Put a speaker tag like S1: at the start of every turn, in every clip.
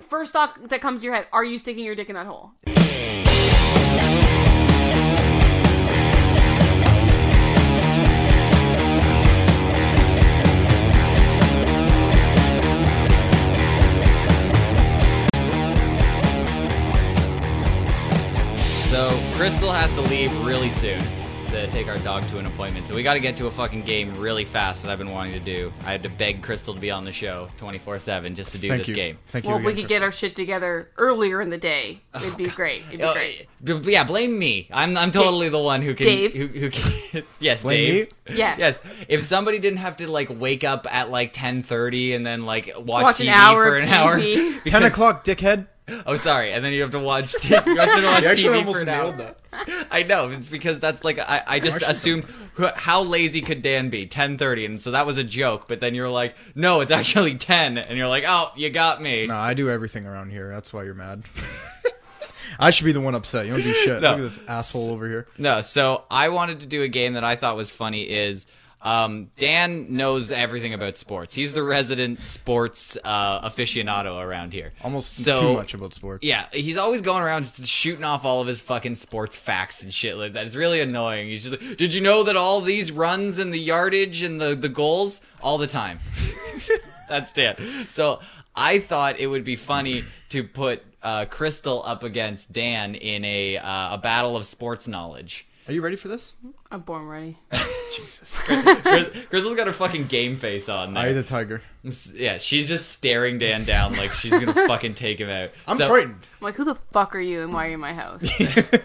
S1: first thought that comes to your head. Are you sticking your dick in that hole?
S2: So Crystal has to leave really soon to take our dog to an appointment. So we got to get to a fucking game really fast that I've been wanting to do. I had to beg Crystal to be on the show 24/7 just to do
S3: Thank
S2: this
S3: you.
S2: game.
S3: Thank
S1: well,
S3: you.
S1: if we
S3: again,
S1: could get
S3: Crystal.
S1: our shit together earlier in the day, it'd be great. It'd be
S2: Oh,
S1: great.
S2: d- yeah, blame me. I'm I'm totally the one who can
S1: Dave.
S2: who, who can Yes,
S3: Blame
S2: Dave.
S1: Yes.
S2: Yes. If somebody didn't have to like wake up at like 10:30 and then like watch,
S1: Watch an
S2: TV
S1: hour
S2: for
S1: of
S2: an hour.
S1: TV.
S2: because-
S3: ten o'clock, dickhead.
S2: Oh, sorry. And then you have to watch t- you have to watch
S3: You
S2: TV
S3: actually
S2: for
S3: almost
S2: an hour.
S3: nailed that.
S2: I know it's because that's like I, I just
S3: Russian
S2: assumed wh- how lazy could Dan be? Ten thirty, and so that was a joke. But then you're like, no, it's actually ten, and you're like, oh, you got me.
S3: No, I do everything around here. That's why you're mad. I should be the one upset. You don't do shit.
S2: No.
S3: Look at this asshole over here.
S2: No, so I wanted to do a game that I thought was funny. Is um, Dan knows everything about sports. He's the resident sports uh, aficionado around here.
S3: Almost
S2: so,
S3: too much about sports.
S2: Yeah, he's always going around just shooting off all of his fucking sports facts and shit like that. It's really annoying. He's just like, did you know that all these runs and the yardage and the, the goals all the time? That's Dan. So I thought it would be funny to put uh, Crystal up against Dan in a uh, a battle of sports knowledge.
S3: Are you ready for this?
S1: I'm born ready.
S3: Jesus.
S2: Chris, Crystal's got her fucking game face on
S3: I
S2: there.
S3: the tiger.
S2: Yeah, she's just staring Dan down like she's gonna fucking take him out.
S3: I'm
S2: So-
S3: frightened.
S1: I'm like, who the fuck are you, and why are you in my house?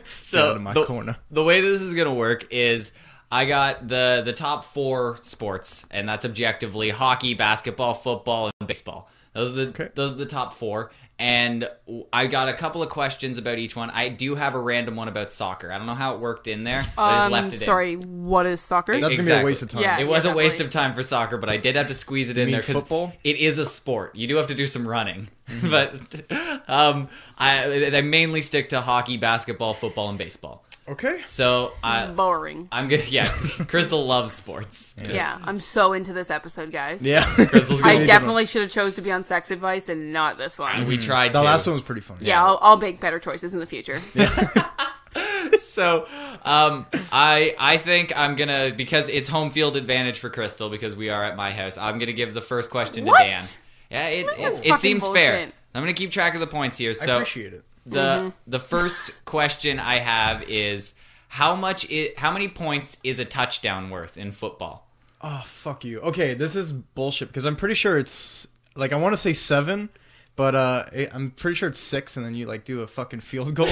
S2: So
S3: out of my
S2: the,
S3: corner.
S2: the way this is gonna work is I got the the top four sports, and that's objectively hockey, basketball, football, and baseball. Those are the
S3: Okay.
S2: those are the top four. And w- I got a couple of questions about each one. I do have a random one about soccer. I don't know how it worked in there. But I just left
S1: Um,
S2: it in.
S1: sorry, what is soccer?
S3: That's gonna be a
S2: Exactly.
S3: waste of time.
S1: Yeah.
S2: It was a waste
S1: definitely.
S2: of time for soccer, but I did have to squeeze it in
S3: mean
S2: there 'cause
S3: football? Mm-hmm.
S2: it is a sport. You do have to do some running, but um, I, I mainly stick to hockey, basketball, football, and baseball.
S3: Okay.
S2: So I,
S1: Boring.
S2: I'm gonna yeah. Crystal loves sports.
S1: Yeah. I'm so into this episode, guys.
S3: Yeah.
S2: Crystal's gonna
S1: I
S2: be
S3: good
S1: definitely should have chose to be on sex advice and not this one.
S2: We tried
S3: The
S2: to.
S3: last one was pretty funny.
S1: yeah, I'll, I'll make better choices in the future.
S2: So um, I I think I'm gonna because it's home field advantage for Crystal because we are at my house. I'm gonna give the first question
S1: What?
S2: to Dan. Yeah, it
S1: This is
S2: it, it
S1: fucking
S2: seems fair.
S1: bullshit. Mm-hmm.
S2: I'm gonna keep track of the points here.
S3: I
S2: So
S3: appreciate it.
S2: the the first question I have is how much i how many points is a touchdown worth in football?
S3: Oh fuck you. Okay, this is bullshit because I'm pretty sure it's like I want to say seven, but uh, it, I'm pretty sure it's six, and then you like do a fucking field goal, or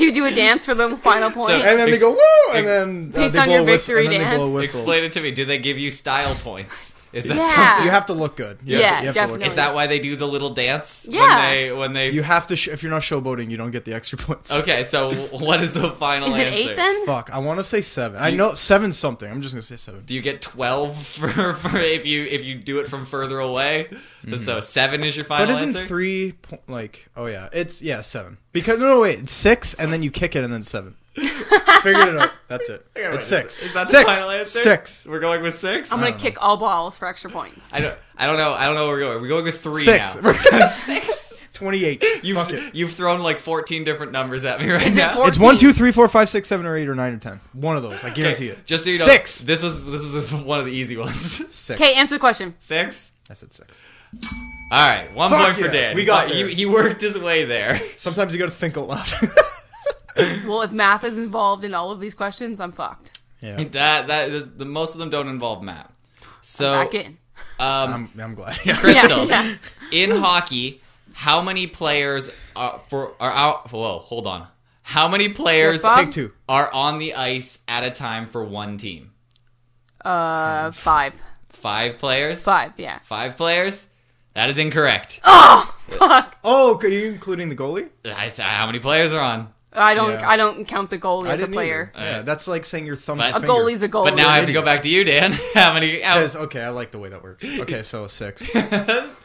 S1: you do a dance for the final point.
S3: and then they
S2: Ex-
S3: go woo, and then uh,
S1: Based
S3: they
S1: on
S3: blow
S1: your
S3: a whistle, and
S1: victory
S3: then they blow a
S1: dance.
S3: whistle.
S2: Explain it to me. Do they give you style points? Is that
S1: Yeah.
S2: something?
S3: You have to look good. You
S1: Yeah,
S3: have to, you have To
S1: definitely.
S3: look
S2: Is that why they do the little dance?
S1: Yeah.
S2: When they when they
S3: good. You have to. Sh- if you're not showboating, you don't get the extra points.
S2: Okay, so what is the final
S1: is it
S2: answer?
S1: eight then?
S3: Fuck. I want to say seven. I know seven something. I'm just gonna say seven.
S2: Do you get twelve for, for if you if you do it from further away? So seven is your final
S3: But isn't
S2: answer.
S3: three po- like? Oh yeah, it's yeah seven. Because no, no wait, it's six, and then you kick it, and then seven. Figured it out. That's it.
S2: wait,
S3: It's six.
S2: Is that
S3: six.
S2: the final answer?
S3: Six.
S2: We're going with six.
S1: I'm gonna kick all balls for extra points.
S2: I don't. I don't know. I don't know where we're going. We're going with three
S3: Six.
S2: now.
S3: six. Twenty-eight.
S2: You've
S3: Fuck it.
S2: you've thrown like fourteen different numbers at me right
S1: Is it
S2: now.
S1: four-
S3: It's one, two, three, four, five, six, seven, or eight, or nine, or ten. One of those. I guarantee it.
S2: Just so you know,
S3: Six.
S2: This was this was one of the easy ones.
S3: Six.
S1: Okay, answer the question.
S2: Six.
S3: I said six.
S2: All right, one
S3: Fuck
S2: point for
S3: yeah,
S2: Dan.
S3: we got
S2: He-
S3: there.
S2: he worked his way there.
S3: Sometimes you got to think out loud.
S1: Well, if math is involved in all of these questions, I'm fucked.
S3: yeah.
S2: That that is, the most of them don't involve math. So
S3: Oh.
S1: Back in.
S3: I'm, I'm glad. Yeah.
S2: Crystal,
S1: Yeah, yeah.
S2: in hockey, how many players are for are out? Whoa, hold on. How many players
S1: Yes, Bob?
S3: Take two.
S2: are on the ice at a time for one team?
S1: Uh, five,
S2: Five players.
S1: five, yeah.
S2: Five players. That is incorrect.
S3: Oh, okay, you including the goalie?
S2: I said how many players are on.
S1: I don't,
S3: Yeah.
S1: I don't count the goalie
S3: I
S1: as a
S3: didn't
S1: player.
S3: either. Yeah, that's like saying your thumb's
S2: But-
S3: a
S2: A
S1: A
S3: finger.
S1: goalie's a goalie.
S2: But now I have to go back to you, Dan. How many? How,
S3: Yes, okay, I like the way that works. Okay, so six.
S2: that's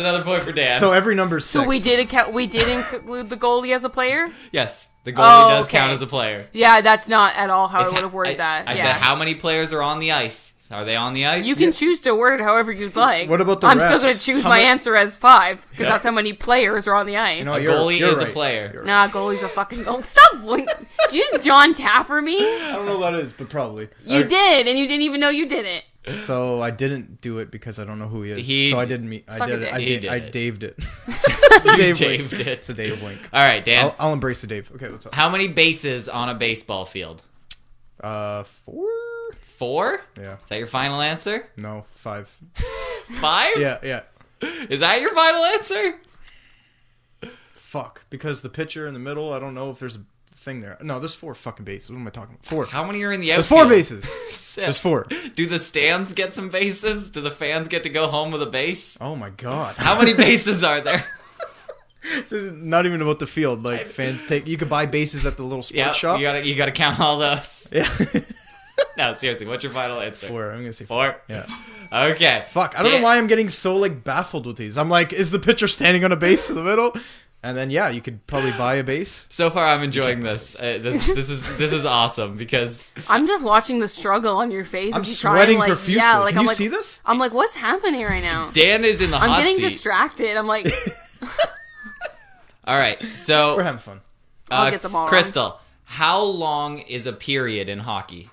S2: another point for Dan.
S3: so every number is six.
S1: so we did account, we did include the goalie as a player.
S2: yes, the goalie
S1: Oh,
S2: does count
S1: okay.
S2: as a player.
S1: Yeah, that's not at all how I would have worded
S2: I-
S1: that.
S2: I
S1: yeah.
S2: said how many players are on the ice Are they on the ice?
S1: You can choose to word it however you'd like.
S3: What about the
S1: I'm still
S3: refs?
S1: going to choose
S3: How
S1: my
S3: mu-
S1: answer as five because that's how many players are on the ice.
S3: know,
S2: A
S3: you're-
S2: goalie
S3: you're
S2: is a
S3: right.
S2: player.
S3: You're right.
S1: Nah, goalie's a fucking goal. Stop! Link- Did you just John Taffer me?
S3: I don't know what that is, but probably.
S1: You
S3: I-
S1: did, and you didn't even know you did it.
S3: So I didn't do it because I don't know who he is.
S2: He
S3: so I
S2: d-
S3: didn't meet. I
S1: Suck a
S3: did. it.
S1: dick.
S3: I
S2: He
S3: did.
S2: did
S3: I
S2: it.
S3: daved it. it's a Dave
S2: daved
S3: wink.
S2: it.
S3: It's a Dave wink.
S2: All right, Dan.
S3: I'll, I'll embrace the Dave. Okay, what's up?
S2: how many bases on a baseball field?
S3: Uh, four?
S2: Four?
S3: Yeah.
S2: Is that your final answer?
S3: No, five.
S2: Five?
S3: Yeah, yeah.
S2: Is that your final answer?
S3: Fuck. Because the pitcher in the middle, I don't know if there's a thing there. No, there's four fucking bases. What am I talking about? Four.
S2: How many are in the
S3: There's
S2: outfield?
S3: four bases.
S2: Six.
S3: There's four.
S2: Do the stands get some bases? Do the fans get to go home with a base?
S3: Oh my god.
S2: How many bases are there?
S3: This is not even about the field. Like fans take. You could buy bases at the little sports
S2: Yeah,
S3: shop.
S2: you gotta you gotta count all those.
S3: yeah.
S2: No, seriously, what's your final answer?
S3: four. I'm gonna say four.
S2: Four.
S3: Yeah.
S2: Okay.
S3: Fuck. I don't
S2: Dan-
S3: know why I'm getting so like baffled with these. I'm like, is the pitcher standing on a base in the middle? And then yeah, you could probably buy a base.
S2: So far, I'm enjoying this. Uh, this this is this is awesome because
S1: I'm just watching the struggle on your face.
S3: I'm
S1: as you
S3: sweating
S1: try and, like,
S3: profusely.
S1: Yeah, like
S3: Can
S1: I'm
S3: you
S1: like,
S3: see this?
S1: I'm like, what's happening right now?
S2: Dan is in the
S1: I'm
S2: hot
S1: getting
S2: seat.
S1: distracted. I'm like,
S2: all right.
S3: We're
S2: So,
S3: having fun.
S1: I'll
S2: uh,
S1: get them all wrong.
S2: Crystal, how long is a period in hockey?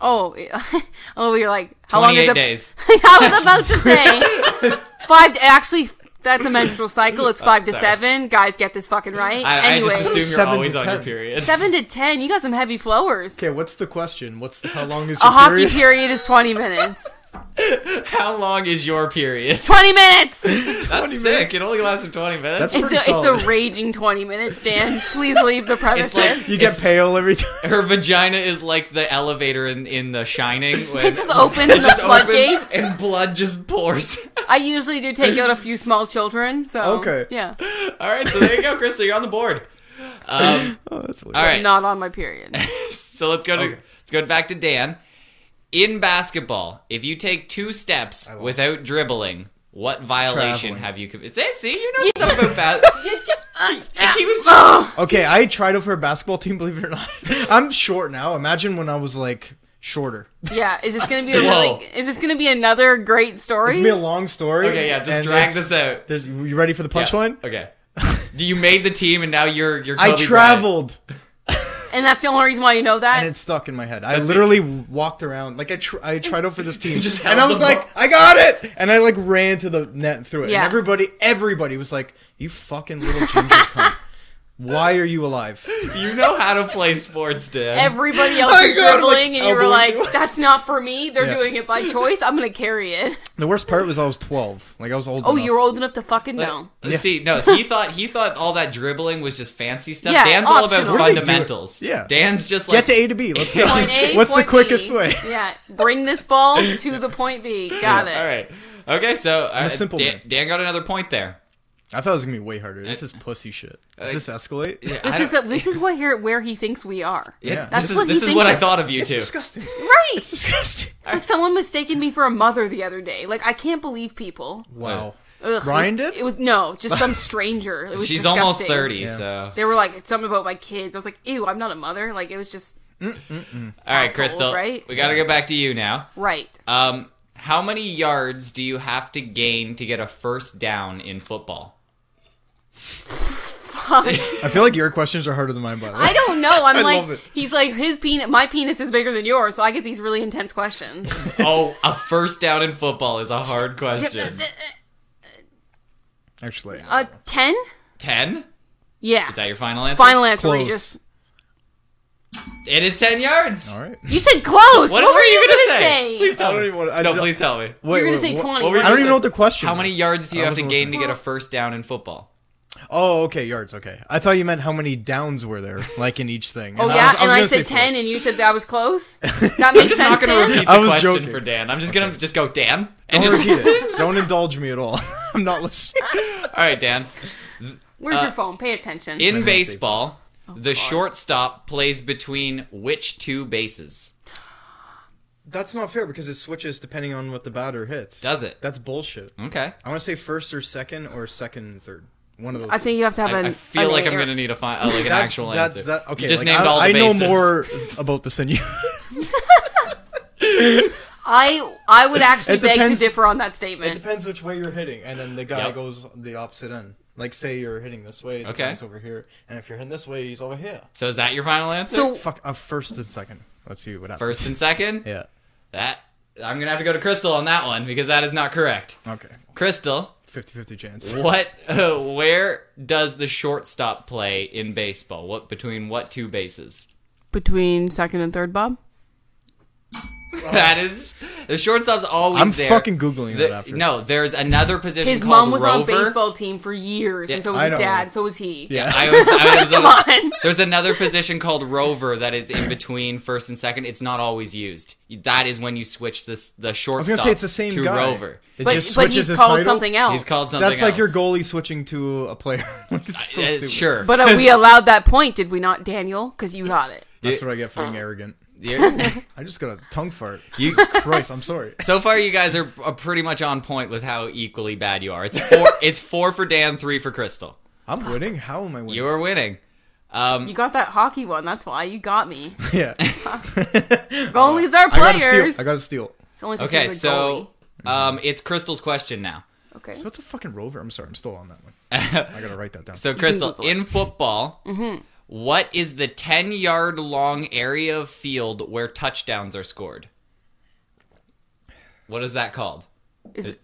S1: oh, oh, you're like, how long is
S2: 28
S1: it?
S2: days.
S1: I was about to say five. Actually, that's a menstrual cycle. It's five to
S2: sorry.
S1: seven. Guys, get this fucking right.
S2: I, I
S1: anyway,
S2: just assume you're
S3: Seven
S2: always
S3: to
S2: on your
S3: 10.
S2: period.
S1: seven to ten. You got some heavy flowers.
S3: Okay, what's the question? What's the, how long is
S1: A
S3: your
S1: hockey
S3: period?
S1: period is twenty minutes.
S2: How long is your period?
S1: Twenty minutes.
S2: That's
S3: 20
S2: sick.
S3: minutes.
S2: It only lasts for 20 minutes.
S3: That's
S1: It's
S3: pretty
S1: a,
S3: solid.
S1: it's a raging twenty minutes, Dan. Please leave the premises.
S2: like-
S3: you get pale every time.
S2: Her vagina is like the elevator in, in The Shining. When
S1: it just opens in the floodgates.
S2: and blood just pours.
S1: I usually do take out a few small children. So
S3: Okay.
S1: yeah,
S2: all right, so there you go, Crystal. You're on the board. Um,
S3: Oh, that's weird.
S2: all right,
S1: not on my period.
S2: so let's go to
S3: Okay.
S2: let's go back to Dan. In basketball, if you take two steps
S3: lost.
S2: without dribbling, what violation
S3: Traveling.
S2: have you committed? See, you know stuff about that. he was just
S1: Oh.
S3: Okay, I tried out for a basketball team. Believe it or not, I'm short now. Imagine when I was like shorter.
S1: yeah, is this gonna be a
S2: Whoa.
S1: really, is this gonna be another great story?
S3: It's gonna be a long story.
S2: okay. Yeah, just
S3: and
S2: drag
S3: it's-
S2: this out.
S3: There's, you ready for the
S2: Yeah,
S3: punchline?
S2: Okay. You made the team, and now you're you're.
S3: I
S2: Kobe Bryant.
S3: traveled.
S1: And that's the only reason why you know that.
S3: and it stuck in my head. I
S2: That's it.
S3: literally walked around like I tr- I tried out for this team,
S2: just held
S3: and I was
S2: the
S3: like,
S2: ball.
S3: I got it, and I like ran to the net and threw it.
S1: Yeah.
S3: And everybody, everybody was like, you fucking little ginger cunt. Why are you alive?
S2: You know how to play sports, Dan.
S1: Everybody else
S3: I
S1: is
S3: got, like,
S1: dribbling, and you were
S3: elbowing
S1: like,
S3: you.
S1: "That's not for me. They're
S3: Yeah.
S1: doing it by choice. I'm gonna carry it."
S3: The worst part was I was twelve. Like I was old.
S1: Oh,
S3: enough.
S1: you're old enough to fucking know.
S2: Let's
S3: Yeah.
S2: See, no, he thought he thought all that dribbling was just fancy stuff.
S1: Yeah,
S2: Dan's all
S1: optional.
S2: about
S1: Where
S3: do they do it?
S2: fundamentals.
S3: Yeah.
S2: Dan's just like
S3: Get to A to B. Let's go.
S2: Point
S1: A,
S3: What's the
S1: point
S3: quickest
S1: B.
S3: way?
S1: Yeah, bring this ball to the point B. Got it.
S2: All right. Okay, so uh,
S3: a simple
S2: Dan,
S3: man.
S2: Dan got another point there.
S3: I thought it was gonna be way harder. This is pussy shit. Does this escalate?
S2: I
S1: This is
S2: don't-
S1: a, this is what here where he thinks we are.
S2: Yeah,
S3: Yeah.
S1: That's
S2: this
S1: what
S2: is
S1: he
S2: this is
S1: thinks
S2: what I
S1: of-
S2: thought of you
S3: It's
S2: two.
S3: disgusting.
S1: Right.
S3: It's disgusting.
S1: It's like someone mistaken me for a mother the other day. Like I can't believe people.
S3: Wow.
S1: Ugh,
S3: Ryan
S1: it was-
S3: did?
S1: It was no, just some stranger. It was
S2: She's
S1: disgusting.
S2: almost thirty,
S3: Yeah.
S2: so
S1: They were like it's something about my kids. I was like, "Ew, I'm not a mother." Like it was just
S2: all right,
S1: Assholes,
S2: Crystal.
S1: right?
S2: We got to go back to you now.
S1: right.
S2: Um, how many yards do you have to gain to get a first down in football?
S3: I feel like your questions are harder than mine. By the way,
S1: I don't know. I'm
S3: I love
S1: like,
S3: it.
S1: he's like, his penis, my penis is bigger than yours, so I get these really intense questions.
S2: oh, a first down in football is a hard question.
S3: actually, I don't
S1: Uh,
S3: know.
S1: ten?
S2: Ten? Is
S1: Yeah.
S2: that your final answer?
S1: Final answer.
S3: close.
S1: You just
S2: It is ten yards.
S3: All right.
S1: you said close.
S2: What,
S1: What,
S2: were you gonna, say? Please
S3: I
S2: tell
S3: don't
S2: me.
S3: even want. I
S2: no,
S3: don't-
S2: please tell me.
S3: Wait,
S1: You're
S3: wait,
S1: gonna say
S3: what-
S1: 20.
S2: what were you
S3: I don't even know
S2: How
S3: what the question.
S2: How many
S3: was.
S2: yards do you
S3: I
S2: have to
S3: wasn't
S2: gain to
S3: listening.
S2: get a first down in football?
S3: Oh, okay, yards. Okay, I thought you meant how many downs were there, like in each thing.
S1: oh
S3: And
S1: yeah,
S3: was- was
S1: and I
S3: gonna say
S1: said
S3: four.
S1: ten, and you said that was close. That makes
S2: Just
S1: sense.
S2: not going to
S1: Dan?
S2: repeat the
S3: I was
S2: question
S3: joking.
S2: for Dan. I'm just going to just go Dan and
S3: Don't
S2: just
S3: repeat it. Don't indulge me at all. I'm not listening.
S2: All right, Dan.
S1: Where's your phone? Pay attention.
S2: Uh, In baseball, the shortstop plays between which two bases?
S3: That's not fair because it switches depending on what the batter hits.
S2: Does it?
S3: That's bullshit.
S2: Okay.
S3: I want to say first or second or second and third. One of those.
S1: I think you have to have
S2: I,
S1: an.
S2: I feel
S1: an
S2: like I'm
S1: air-
S2: going to need to find uh, like an
S3: that's,
S2: actual
S3: that's
S2: answer.
S3: that. Okay,
S2: you just
S3: like,
S2: named
S3: I,
S2: all the
S3: I know
S2: bases.
S3: more about this than you.
S1: I I would actually
S3: It
S1: beg to
S3: depends-
S1: differ on that
S3: It
S1: statement.
S3: depends which way you're hitting, and then the guy
S2: Yep.
S3: goes the opposite end. Like, say you're hitting this way, the
S2: Okay.
S3: guy's over here, and if you're hitting this way, he's over here.
S2: So is that your final answer?
S1: So
S3: Fuck, uh, first and second. Let's see what happens.
S2: Oh. First and second?
S3: Yeah.
S2: That I'm gonna have to go to Crystal on that one because that is not correct.
S3: Okay.
S2: Crystal,
S3: 50-50 chance.
S2: what? Uh, where does the shortstop play in baseball? What between what two bases?
S1: between second and third, Bob.
S2: that is the shortstop's always.
S3: I'm
S2: there.
S3: fucking Googling
S2: The-
S3: that after.
S2: No, there's another position
S1: His
S2: called
S1: mom was on a
S2: rover.
S1: baseball team for years, and so was
S3: I
S1: his
S3: don't-
S1: dad. So was he.
S3: Yeah.
S2: I was, I was
S1: Come on.
S2: There's another position called rover that is in between first and second. It's not always used. That is when you switch this the
S3: I was
S2: shortstop
S3: gonna say it's the same
S2: to
S3: guy.
S2: rover.
S3: It
S1: But,
S3: just
S1: but
S3: switches
S1: he's
S3: his
S1: called
S3: title.
S1: something else.
S2: He's called something.
S3: That's like your
S2: else.
S3: goalie switching to a player. it's so
S2: Uh,
S3: stupid.
S2: sure.
S1: But uh, we allowed that point, did we not, Daniel? Because you got it.
S3: That's what I get for being arrogant.
S2: You're-
S3: I just got a tongue fart.
S2: You-
S3: Jesus Christ, I'm sorry.
S2: so far, you guys are, are pretty much on point with how equally bad you are. It's four. it's four for Dan, three for Crystal.
S3: I'm winning. How am I winning?
S2: You are winning. Um,
S1: You got that hockey one. That's why you got me.
S3: yeah.
S1: Goalies are
S3: I gotta steal.
S1: players.
S3: I gotta steal.
S1: It's only 'cause
S2: okay,
S1: he's a
S2: so um,
S3: Mm-hmm.
S2: it's Crystal's question now.
S1: goalie. okay.
S3: So it's a fucking rover. I'm sorry. I'm still on that one. I gotta write that down.
S2: So, Crystal,
S1: Google it. Mm-hmm.
S2: in football, what is the ten-yard-long area of field where touchdowns are scored? What is that called?
S1: Is it,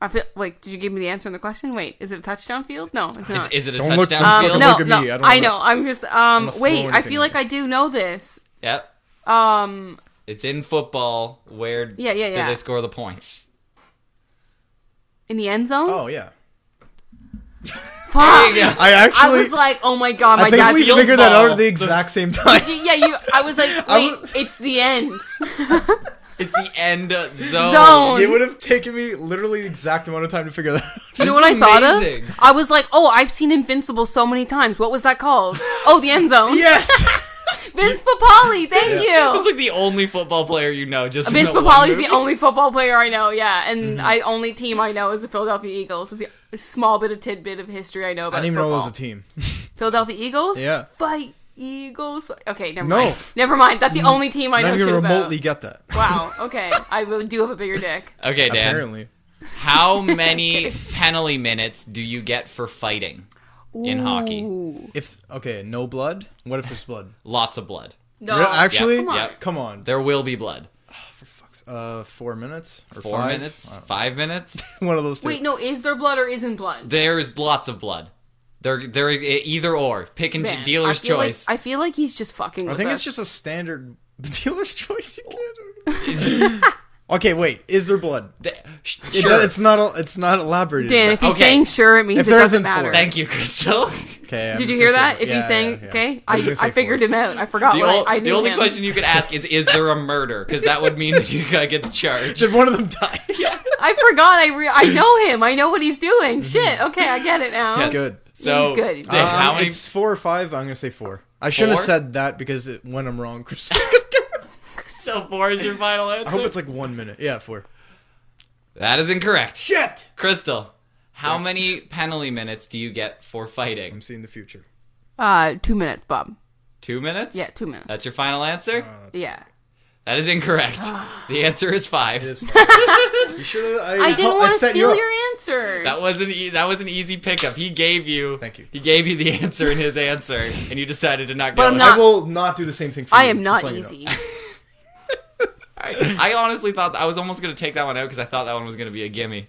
S1: I feel like did you give me the answer in the question? Wait, is it a touchdown field? No, it's
S2: Is,
S1: not.
S2: is it a
S3: Don't look-
S2: touchdown
S3: don't
S1: um,
S2: field?
S3: fucking
S1: no,
S3: look at
S1: no,
S3: me. I
S1: I,
S3: don't
S1: know.
S3: know.
S1: I'm just um.
S3: gonna throw
S1: Wait, I
S3: anything
S1: feel
S3: at
S1: like
S3: you.
S1: I do know this.
S2: Yep.
S1: Um,
S2: It's in football. Where
S1: Yeah, yeah, yeah.
S2: do they score the points?
S1: in the end zone.
S3: oh yeah.
S1: Fuck.
S3: I
S1: I
S3: actually. I,
S1: was like, oh my god, my
S3: think
S1: dad's.
S3: we
S2: field
S3: figured that out
S2: goal.
S3: at the exact same time.
S1: yeah, you. I was like,
S3: I
S1: wait,
S3: was-
S1: it's the end
S2: It's the end zone.
S1: zone.
S3: It would have taken me literally the exact amount of time to figure that. out.
S1: You know
S2: This
S1: what I
S2: is
S1: thought
S2: amazing.
S1: of? I was like, oh, I've seen Invincible so many times. What was that called? Oh, the end zone.
S3: yes.
S1: Vince Papali, thank
S2: That's
S1: you.
S2: like the only football player you know. Just
S1: Vince
S2: from that one
S1: Papali's
S2: movie.
S1: the only football player I know, yeah. And
S3: Mm.
S1: I only team I know is the Philadelphia Eagles. It's the small bit of tidbit of history I know
S3: I
S1: about
S3: didn't even know there
S1: football.
S3: was a team.
S1: Philadelphia Eagles?
S3: Yeah.
S1: Fight Eagles. Okay, never
S3: No.
S1: mind. Never mind. That's the only team I
S3: I
S1: know
S3: don't even
S1: shit about.
S3: remotely get that.
S1: Wow, okay. I really do have a bigger dick.
S2: Okay, Dan.
S3: Apparently.
S2: How many penalty minutes do you get for fighting in hockey?
S1: Ooh.
S3: If okay, no blood. What if there's blood?
S2: Lots of blood.
S1: No.
S3: Re- Actually,
S1: Come on.
S2: Yep.
S3: come on.
S2: There will be blood.
S3: For fuck's uh, four minutes or
S2: Four
S3: five?
S2: minutes?
S3: I don't
S2: Five minutes?
S3: know. One of those. Two.
S1: Wait, no, is there blood or isn't blood?
S2: There's lots of blood. There, there. e-, Either or. Pick and
S1: Man,
S2: dealer's
S1: I feel like-
S2: choice.
S1: I feel like he's just fucking.
S3: I
S1: with
S3: think
S1: us.
S3: it's just a standard dealer's choice. You can't. okay, wait. Is there blood?
S2: Th- sh-
S3: It
S2: sure.
S3: does- it's not. al- It's not elaborated.
S1: Dan. If he's
S2: Okay.
S1: saying sure, it means
S3: If
S1: it
S3: there
S1: doesn't
S3: isn't four.
S1: matter.
S2: Thank you, Crystal.
S3: okay. I'm
S1: Did you
S3: just
S1: hear
S3: gonna say
S1: that?
S3: four.
S1: If
S3: Yeah,
S1: he's saying
S3: yeah, yeah.
S1: okay,
S3: I
S1: I,
S3: was gonna
S1: I
S3: say
S1: figured
S3: four.
S1: him out. I forgot
S2: The,
S1: what
S2: ol-
S1: I, I
S2: the
S1: knew
S2: only
S1: him.
S2: question you could ask is: Is there a murder? Because that would mean that you guy gets charged.
S3: Did one of them die? yeah.
S1: I forgot. I re- I know him. I know what he's doing. Shit. Okay, I get it now.
S3: Mm-hmm. That's good.
S2: So,
S1: He's good.
S2: Dan,
S3: Um,
S2: how many?
S3: It's four or five. I'm gonna say four. I shouldn't have
S2: Four?
S3: said that because it, when I'm wrong, Chris. is gonna get-
S2: So four is your final answer.
S3: I hope it's like one minute. Yeah, four.
S2: that is incorrect.
S3: Shit.
S2: Crystal, how many penalty minutes do you get for fighting?
S3: I'm seeing the future.
S1: Uh, two minutes, Bob.
S2: Two minutes?
S1: Yeah, two minutes.
S2: That's your final answer?
S3: Uh,
S1: yeah.
S2: that is incorrect. the answer is five.
S3: It is. fine. you should have. I,
S1: I didn't
S3: hel-
S1: want to
S3: set you
S1: steal
S3: up.
S1: your answer.
S2: That was an e- that was an easy pickup. He gave you
S3: Thank you.
S2: He gave you the answer in his answer, and you decided to not go.
S1: But I'm
S2: with
S1: not-
S2: it.
S3: I will not do the same thing for
S1: I
S3: you,
S1: am
S3: Mm, just
S1: not
S3: so you know.
S1: easy.
S2: I, I honestly thought I was almost gonna take that one out because I thought that one was gonna be a gimme.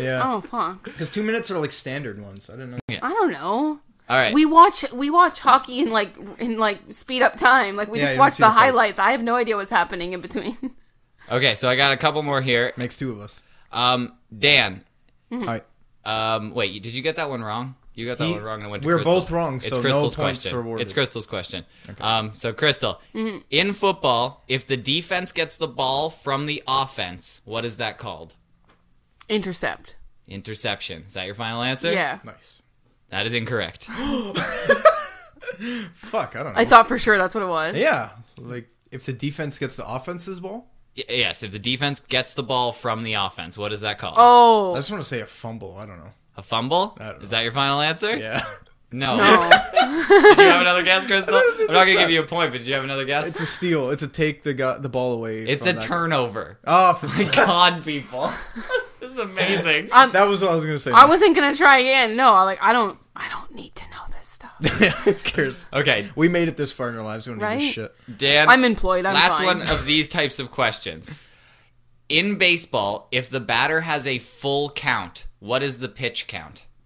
S3: Yeah.
S1: oh fuck.
S3: Because two minutes are like standard ones. I don't know.
S1: I don't know.
S2: All right.
S1: We watch we watch hockey in like in like speed up time. Like we
S3: Yeah, you
S1: just
S3: don't
S1: watch
S3: see
S1: the
S3: the fights.
S1: highlights. I have no idea what's happening in between.
S2: okay, so I got a couple more here.
S3: Makes two of us.
S2: Um, Dan.
S1: Mm-hmm.
S3: All right.
S2: Um, wait, you- did you get that one wrong? You got that
S3: He-
S2: one wrong, and it went to
S3: we're
S2: Crystal.
S3: both wrong, so no points
S2: question.
S3: are awarded.
S2: It's Crystal's question. Um, so Crystal,
S1: Mm-hmm.
S2: in football, if the defense gets the ball from the offense, what is that called?
S1: Intercept.
S2: Interception. Is that your final answer?
S1: Yeah.
S3: Nice.
S2: That is incorrect.
S3: Fuck. I don't know.
S1: I thought for sure that's what it was.
S3: yeah. Like if the defense gets the offense's ball,
S2: Y- yes, if the defense gets the ball from the offense, what is that called?
S1: Oh.
S3: I just want to say a fumble. I don't know.
S2: A fumble?
S3: I don't
S2: Is
S3: know.
S2: that your final answer?
S3: Yeah.
S2: No.
S1: No.
S2: did you have another guess, Crystal?
S3: thought it was
S2: I'm not gonna
S3: intercept.
S2: give you a point, but did you have another guess?
S3: It's a steal. It's a take the gu the ball away.
S2: It's
S3: from
S2: a
S3: that-
S2: turnover.
S3: Oh, for
S2: My God, people, this is amazing.
S1: Um,
S3: that was what I was gonna say.
S1: I wasn't gonna try again. No, I like I don't I don't need to know this stuff.
S3: Who cares?
S2: Okay,
S3: We made it this far in our lives. We don't need
S1: Right?
S3: this shit.
S2: Dan.
S1: I'm employed. I'm
S2: last
S1: fine.
S2: one of these types of questions. In baseball, if the batter has a full count, what is the pitch count?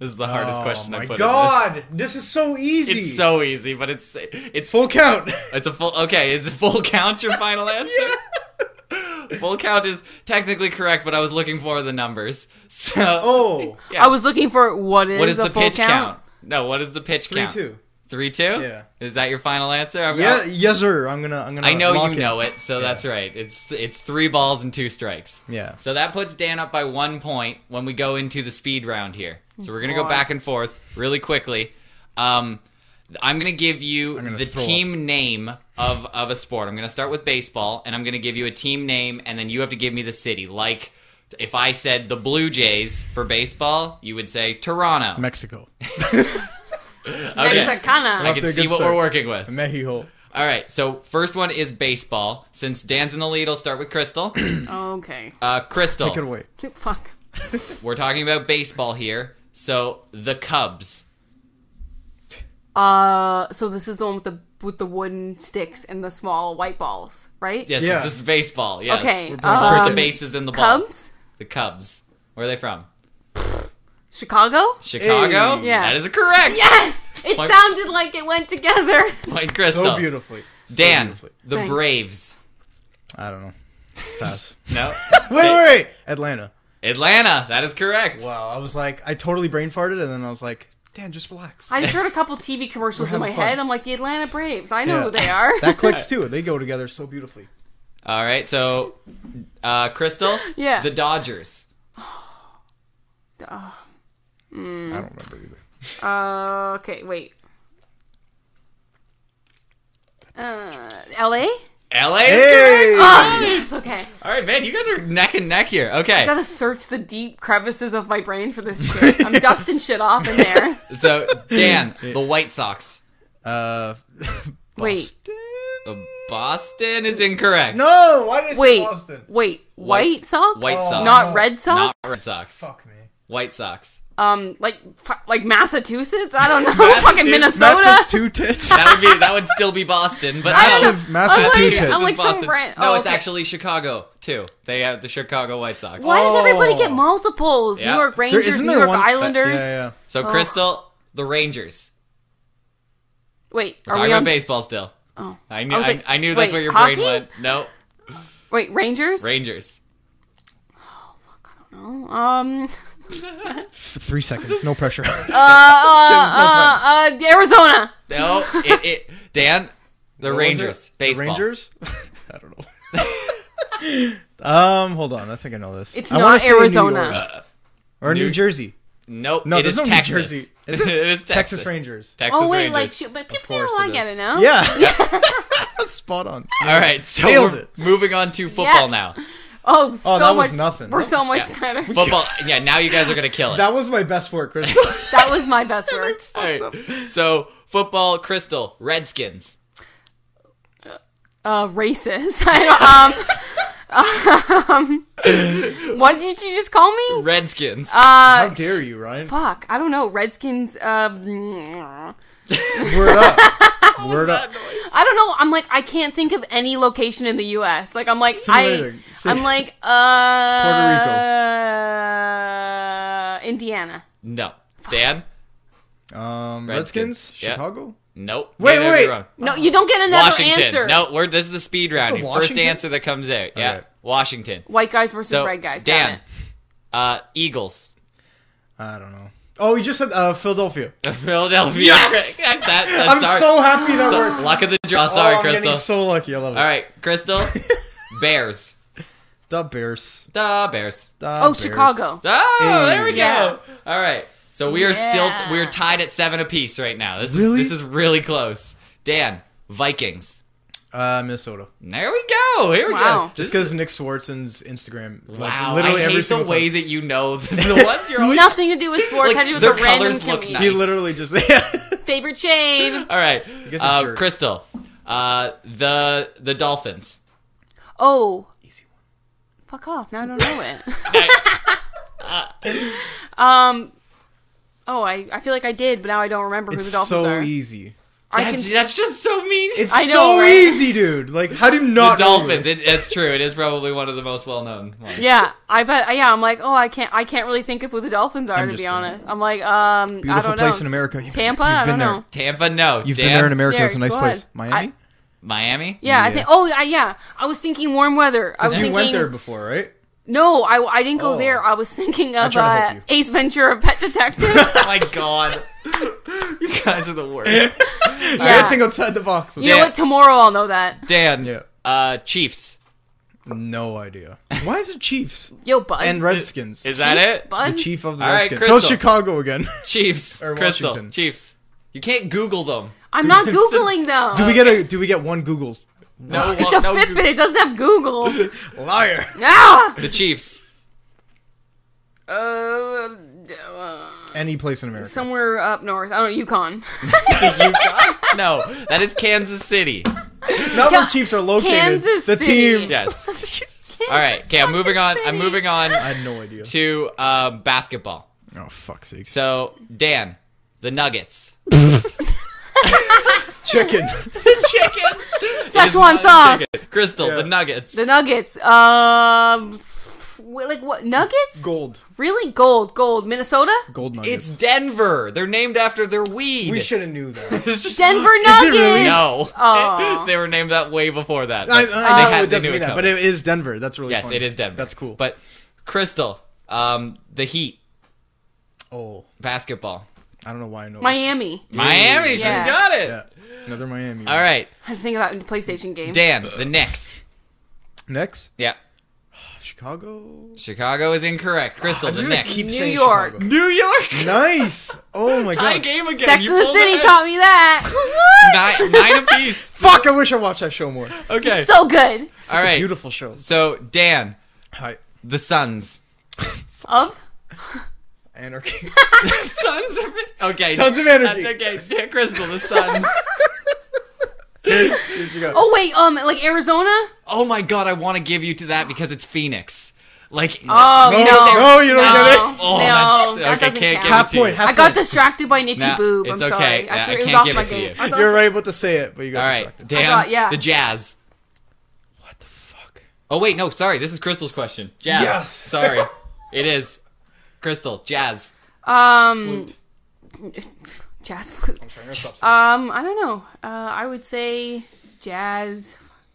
S2: This is the hardest question I
S3: Oh my
S2: put in
S3: god, this. is so
S2: this.
S3: easy.
S2: It's so easy, but it's it's
S3: full count.
S2: it's a full okay, is the full count your final answer? Full count is technically correct, but I was looking for the numbers. So
S3: oh,
S2: yeah.
S1: I was looking for what is,
S2: what is
S1: a
S2: the
S1: full
S2: pitch
S1: count?
S2: No, what is the pitch
S3: three
S2: count?
S3: two.
S2: Three two?
S3: Yeah.
S2: Is that your final answer? I've
S3: Yeah,
S2: got-
S3: yes, sir. I'm gonna. I'm gonna.
S2: I know
S3: Oh, lock
S2: you know it, so that's right. It's it's three balls and two strikes.
S3: Yeah.
S2: So that puts Dan up by one point when we go into the speed round here. So we're gonna go
S1: Boy.
S2: back and forth really quickly. Um, I'm gonna give you
S3: gonna
S2: the
S3: throw
S2: team name of of a sport. I'm gonna start with baseball, and I'm gonna give you a team name, and then you have to give me the city. Like if I said the Blue Jays for baseball, you would say Toronto.
S3: Mexico,
S2: Okay. I
S1: Mexicana.
S3: Off
S2: can
S3: to a
S2: see
S3: good
S2: what
S3: start.
S2: we're working with.
S3: Mexico.
S2: All right, so first one is baseball. Since Dan's in the lead, I'll start with Crystal.
S1: Okay.
S2: Uh, Crystal,
S3: Take it away.
S1: Fuck.
S2: we're talking about baseball here. So the Cubs.
S1: Uh, so this is the one with the with the wooden sticks and the small white balls, right?
S2: Yes,
S3: Yeah.
S2: this is baseball. Yes.
S1: Okay.
S3: playing
S1: Uh,
S2: the bases and the ball.
S1: Cubs,
S2: The Cubs. Where are they from?
S1: Chicago.
S2: Chicago.
S3: Hey.
S1: Yeah.
S2: That is correct.
S1: Yes, it
S2: Point-
S1: sounded like it went together.
S2: Point Crystal.
S3: So beautifully. So
S2: Dan,
S3: beautifully.
S2: the
S1: Thanks.
S2: Braves.
S3: I don't know. Pass.
S2: No. Hey.
S3: wait, wait, wait. Atlanta.
S2: Atlanta. That is correct.
S3: Wow. I was like, I totally brain farted, and then I was like, Dan, just relax.
S1: I just heard a couple TV commercials
S3: We're
S1: in my
S3: having fun.
S1: head. I'm like the Atlanta Braves. I know
S3: Yeah.
S1: who they are.
S3: that clicks too. They go together so beautifully.
S2: All right. So, uh, Crystal.
S1: Yeah.
S2: The Dodgers.
S1: Mm.
S3: I don't remember either.
S1: Uh, okay, wait. Uh, L.A.
S2: L.A. is
S3: Hey.
S1: Ah, it's okay.
S2: All right, man, you guys are neck and neck here. Okay,
S1: gotta search the deep crevices of my brain for this shit. I'm dusting shit off in there.
S2: so Dan, the White Sox.
S3: Uh,
S1: Wait.
S3: Boston?
S2: Uh, Boston is incorrect.
S3: No, why did I say
S1: Wait,
S3: Boston?
S1: wait, White,
S2: White-
S1: Sox,
S2: White Sox.
S1: not Red Sox.
S2: Not Red Sox.
S3: Fuck me.
S2: White Sox.
S1: Um, like fu- like Massachusetts. I don't know. Fucking
S2: Massachusetts.
S1: Minnesota.
S3: two tits.
S2: That would be that would still be Boston, but
S1: I don't-
S2: no,
S3: Massive- massive
S1: I'm like,
S3: two-tits.
S1: I'm like
S2: this is
S1: some
S2: Boston.
S1: brand.
S2: No,
S1: oh,
S2: it's
S1: okay.
S2: actually Chicago too. They have the Chicago White Sox.
S1: Why does everybody get
S3: Oh.
S1: multiples?
S2: Yeah.
S1: New York
S3: There-
S1: Rangers,
S3: isn't
S1: New
S3: there
S1: York
S3: one-
S1: Islanders.
S3: Yeah, yeah.
S2: So
S1: Oh.
S2: Crystal, the Rangers.
S1: Wait,
S2: Are
S1: are we
S2: Talking about
S1: on?
S2: baseball still.
S1: Oh.
S2: I knew
S1: I
S2: I,
S1: was like,
S2: I knew
S1: wait,
S2: that's where your
S1: hockey?
S2: brain went. No,
S1: Wait, Rangers.
S2: Rangers.
S1: um,
S3: For three seconds, no pressure.
S1: uh,
S3: there's no
S1: uh, uh, uh, Arizona.
S2: No, it, it Dan, the Rangers.
S3: The
S2: Baseball.
S3: Rangers. I don't know. um, hold on. I think I know this.
S1: It's
S3: I wanna
S1: not
S3: say New
S1: Arizona.
S3: York. Uh, or New,
S2: New-
S3: Jersey.
S2: Nope.
S3: No,
S2: it
S3: there's
S2: is
S3: no New
S2: Texas.
S3: Jersey. Is
S2: it
S3: it?
S2: is Texas.
S3: Texas Rangers.
S2: Texas
S1: Oh wait,
S2: Rangers.
S1: like shoot, but pew, pew,
S2: course
S1: I
S2: it
S1: get
S2: is.
S1: it now.
S3: Yeah. Spot on.
S2: All right, so
S3: Nailed
S2: we're
S3: it.
S2: moving on to football
S1: Yes.
S2: now.
S1: Oh, so much,
S3: that was nothing.
S1: We're so much
S2: Yeah.
S1: better.
S2: Football. yeah, now you guys are gonna kill it.
S3: That was my best work, Crystal.
S1: That was my best work.
S2: All right, So football, Crystal, Redskins.
S1: Uh, racist. I don't, um, um, what did you just call me?
S2: Redskins.
S3: How
S1: Uh,
S3: dare you, Ryan?
S1: fuck. I don't know. Redskins. Um,
S3: Word up. Word up.
S1: I don't know. I'm like, I can't think of any location in the U.S. Like, I'm like,
S3: of
S1: I,
S3: anything. Say-
S1: I'm like, uh,
S3: Rico.
S1: Uh, Indiana.
S2: no. Dan. Redskins.
S3: Um, Redskins,
S2: Yeah.
S3: Chicago.
S2: Nope.
S3: Wait,
S2: Neither of
S3: wait.
S2: you wrong.
S1: No, you don't get another
S2: Washington.
S1: answer.
S2: No, we're, this is the speed round.
S3: a
S2: Your First
S3: Washington?
S2: answer that comes out. Yeah.
S3: Okay.
S2: Washington.
S1: White guys versus
S2: So
S1: red guys. Damn
S2: Dan.
S1: it.
S2: Uh, Eagles.
S3: I don't know. Oh, you just said uh, Philadelphia.
S2: Philadelphia.
S3: Yes!
S2: That- that's
S3: I'm
S2: our-
S3: so happy that
S2: so-
S3: worked.
S2: luck of the draw.
S3: Oh,
S2: Sorry,
S3: I'm
S2: Crystal.
S3: getting so lucky. I love it.
S2: All right, Crystal. Bears.
S3: The Bears.
S2: The Bears.
S3: The
S1: Oh,
S3: Bears.
S1: Chicago.
S2: Oh,
S3: Hey.
S2: there we go.
S1: Yeah.
S2: All right. So we are
S1: Yeah.
S2: still we're tied at seven apiece right now. This
S3: Really?
S2: is this is really close. Dan, Vikings.
S3: Uh, Minnesota.
S2: There we go. Here we
S1: Wow.
S2: go.
S3: Just because Nick Swartzen's Instagram. Like,
S2: Wow,
S3: literally
S2: I hate
S3: every
S2: the
S3: single
S2: way
S3: time.
S2: that you know the ones you're always.
S1: Nothing to do with sports.
S2: Like,
S1: had to do with
S2: their
S1: a random
S2: colours look
S1: comedian.
S2: nice.
S3: He literally just. Yeah.
S1: Favorite chain.
S2: All right,
S3: guess a
S2: uh,
S3: jerk.
S2: Crystal, uh, the the Dolphins.
S1: Oh,
S3: Easy one.
S1: fuck off. Now I don't know it.
S2: I- Uh,
S1: Um, Oh, I, I feel like I did, but now I don't remember who
S3: It's
S1: the Dolphins
S3: so e-
S1: are.
S3: easy.
S1: I
S2: that's,
S1: can,
S2: that's just so mean.
S3: It's
S1: I know,
S3: so
S1: right?
S3: easy, dude. Like, how do you
S2: the
S3: not know
S2: Dolphins.
S3: this?
S2: It, it's true. It is probably one of the most well known ones.
S1: yeah, I bet. Yeah, I'm like, oh, I can't. I can't really think of who the Dolphins are
S3: I'm
S1: to
S3: just
S1: be
S3: kidding.
S1: honest. I'm like, um, I
S3: Beautiful
S1: don't
S3: place
S1: know.
S3: in America. You've
S1: Tampa?
S3: Been,
S1: I
S3: you've
S1: don't
S3: been there.
S1: know.
S2: Tampa, no.
S3: You've been
S2: Dan,
S3: there in America. it's a
S1: Derek,
S3: nice
S1: go
S3: place.
S1: ahead.
S3: Miami.
S2: Miami.
S1: Yeah, I
S3: Yeah.
S1: think. Oh, I, yeah. I was thinking warm weather. I was
S3: you
S1: thinking.
S3: went there before, right?
S1: No, I, I didn't go
S3: Oh.
S1: there. I was thinking of
S3: tried to help
S1: uh, Ace Ventura, Pet Detective.
S2: Oh my God, you guys are the worst.
S1: yeah.
S3: I gotta think outside the box.
S1: you know
S2: Dan.
S1: what? Tomorrow I'll know that.
S2: Dan.
S3: Yeah.
S2: Uh, Chiefs.
S3: No idea. Why is it Chiefs
S1: Yo, bud.
S3: and Redskins?
S2: Is that
S1: Chiefs,
S2: it?
S1: Bud?
S3: the chief of the
S2: All right,
S3: Redskins. so it's
S2: Crystal.
S3: Chicago again.
S2: Chiefs.
S3: Or
S2: Crystal.
S3: Washington.
S2: Chiefs. You can't Google them.
S1: I'm not googling them.
S3: do we get a? Do we get one Google?
S2: No,
S1: it's
S2: well,
S1: a
S2: no
S1: Fitbit.
S2: Google.
S1: It doesn't have Google.
S3: Liar.
S1: ah.
S2: The Chiefs.
S1: Uh, uh,
S3: Any place in America.
S1: somewhere up north. I don't know, Yukon.
S2: No, that is Kansas City.
S3: Not where
S1: Ca-
S3: Chiefs are located.
S1: Kansas
S3: the
S1: City.
S3: team.
S2: Yes. All right. Okay, I'm moving on. I'm moving on
S3: I had no idea.
S2: to uh, basketball.
S3: Oh fuck's sake.
S2: So Dan, the Nuggets.
S3: Chicken.
S1: Szechuan sauce.
S2: Crystal,
S3: Yeah.
S2: the Nuggets.
S1: The Nuggets. Um, wh- like what? Nuggets?
S3: Gold.
S1: Really? Gold, gold. Minnesota?
S3: Gold nuggets.
S2: it's Denver. They're named after their weed.
S3: we should have knew that.
S2: It's just-
S1: Denver
S3: it
S1: Nuggets.
S3: really?
S2: No.
S1: Oh.
S2: they were named that way before that.
S3: I, I
S2: They
S3: know
S2: had-
S3: it
S2: they
S3: doesn't
S2: knew
S3: mean that,
S2: coming.
S3: but it is Denver. That's really
S2: yes,
S3: funny.
S2: it is Denver.
S3: That's cool.
S2: But Crystal, um, the Heat
S3: oh,
S2: basketball.
S3: I don't know why I know.
S1: Miami.
S2: Miami, she's
S1: Yeah.
S2: got it.
S3: This. Yeah. Another Miami.
S2: All right,
S1: I had to think about PlayStation games.
S2: Dan, the Knicks.
S3: Next,
S2: Yeah,
S3: Chicago.
S2: Chicago is incorrect. Crystal,
S3: I'm just
S2: the
S3: gonna
S2: Knicks.
S3: keep
S1: New
S3: saying
S1: York.
S3: Chicago.
S2: New York.
S3: Nice. Oh my
S2: Tie
S3: god.
S2: game again.
S1: Sex
S2: You
S1: in the
S2: pulled
S1: City
S2: it.
S1: taught me that.
S2: Nine, nine apiece.
S3: Fuck! I wish I watched that show more.
S2: Okay.
S1: so good.
S2: All
S3: It's a
S2: right.
S3: beautiful show.
S2: So Dan,
S3: Hi.
S2: the Suns.
S1: Of?
S3: Anarchy.
S2: Sons of okay.
S3: Sons of Anarchy.
S2: That's okay, Crystal, the Suns.
S3: See what you got.
S1: Oh wait, um, like Arizona?
S2: oh my God, I want to give you to that because it's Phoenix. Like
S1: Oh
S3: No,
S1: no,
S3: no, you don't
S1: no,
S3: get it.
S1: no,
S2: Oh, that's,
S1: that
S2: okay,
S1: doesn't
S2: can't give
S1: count.
S3: Half
S2: it to you.
S3: point, half-
S1: I got distracted by Nitchy
S2: Nah,
S1: Boob. I'm
S2: it's
S1: sorry.
S2: okay.
S1: I,
S2: Yeah, I
S1: threw- it was
S2: can't
S1: off
S2: give
S1: my
S2: it to
S1: game.
S2: you.
S1: I thought-
S3: You're right about to say it, but you got
S2: All right,
S3: distracted.
S2: Dan,
S1: got- yeah.
S2: the Jazz.
S3: What the fuck?
S2: Oh wait, no, sorry. This is Crystal's question. Jazz.
S3: Yes.
S2: Sorry. it is. Crystal, jazz.
S1: Um, jazz flute.
S3: Sorry, I'm gonna stop saying
S1: Um, I don't know. Uh, I would say jazz.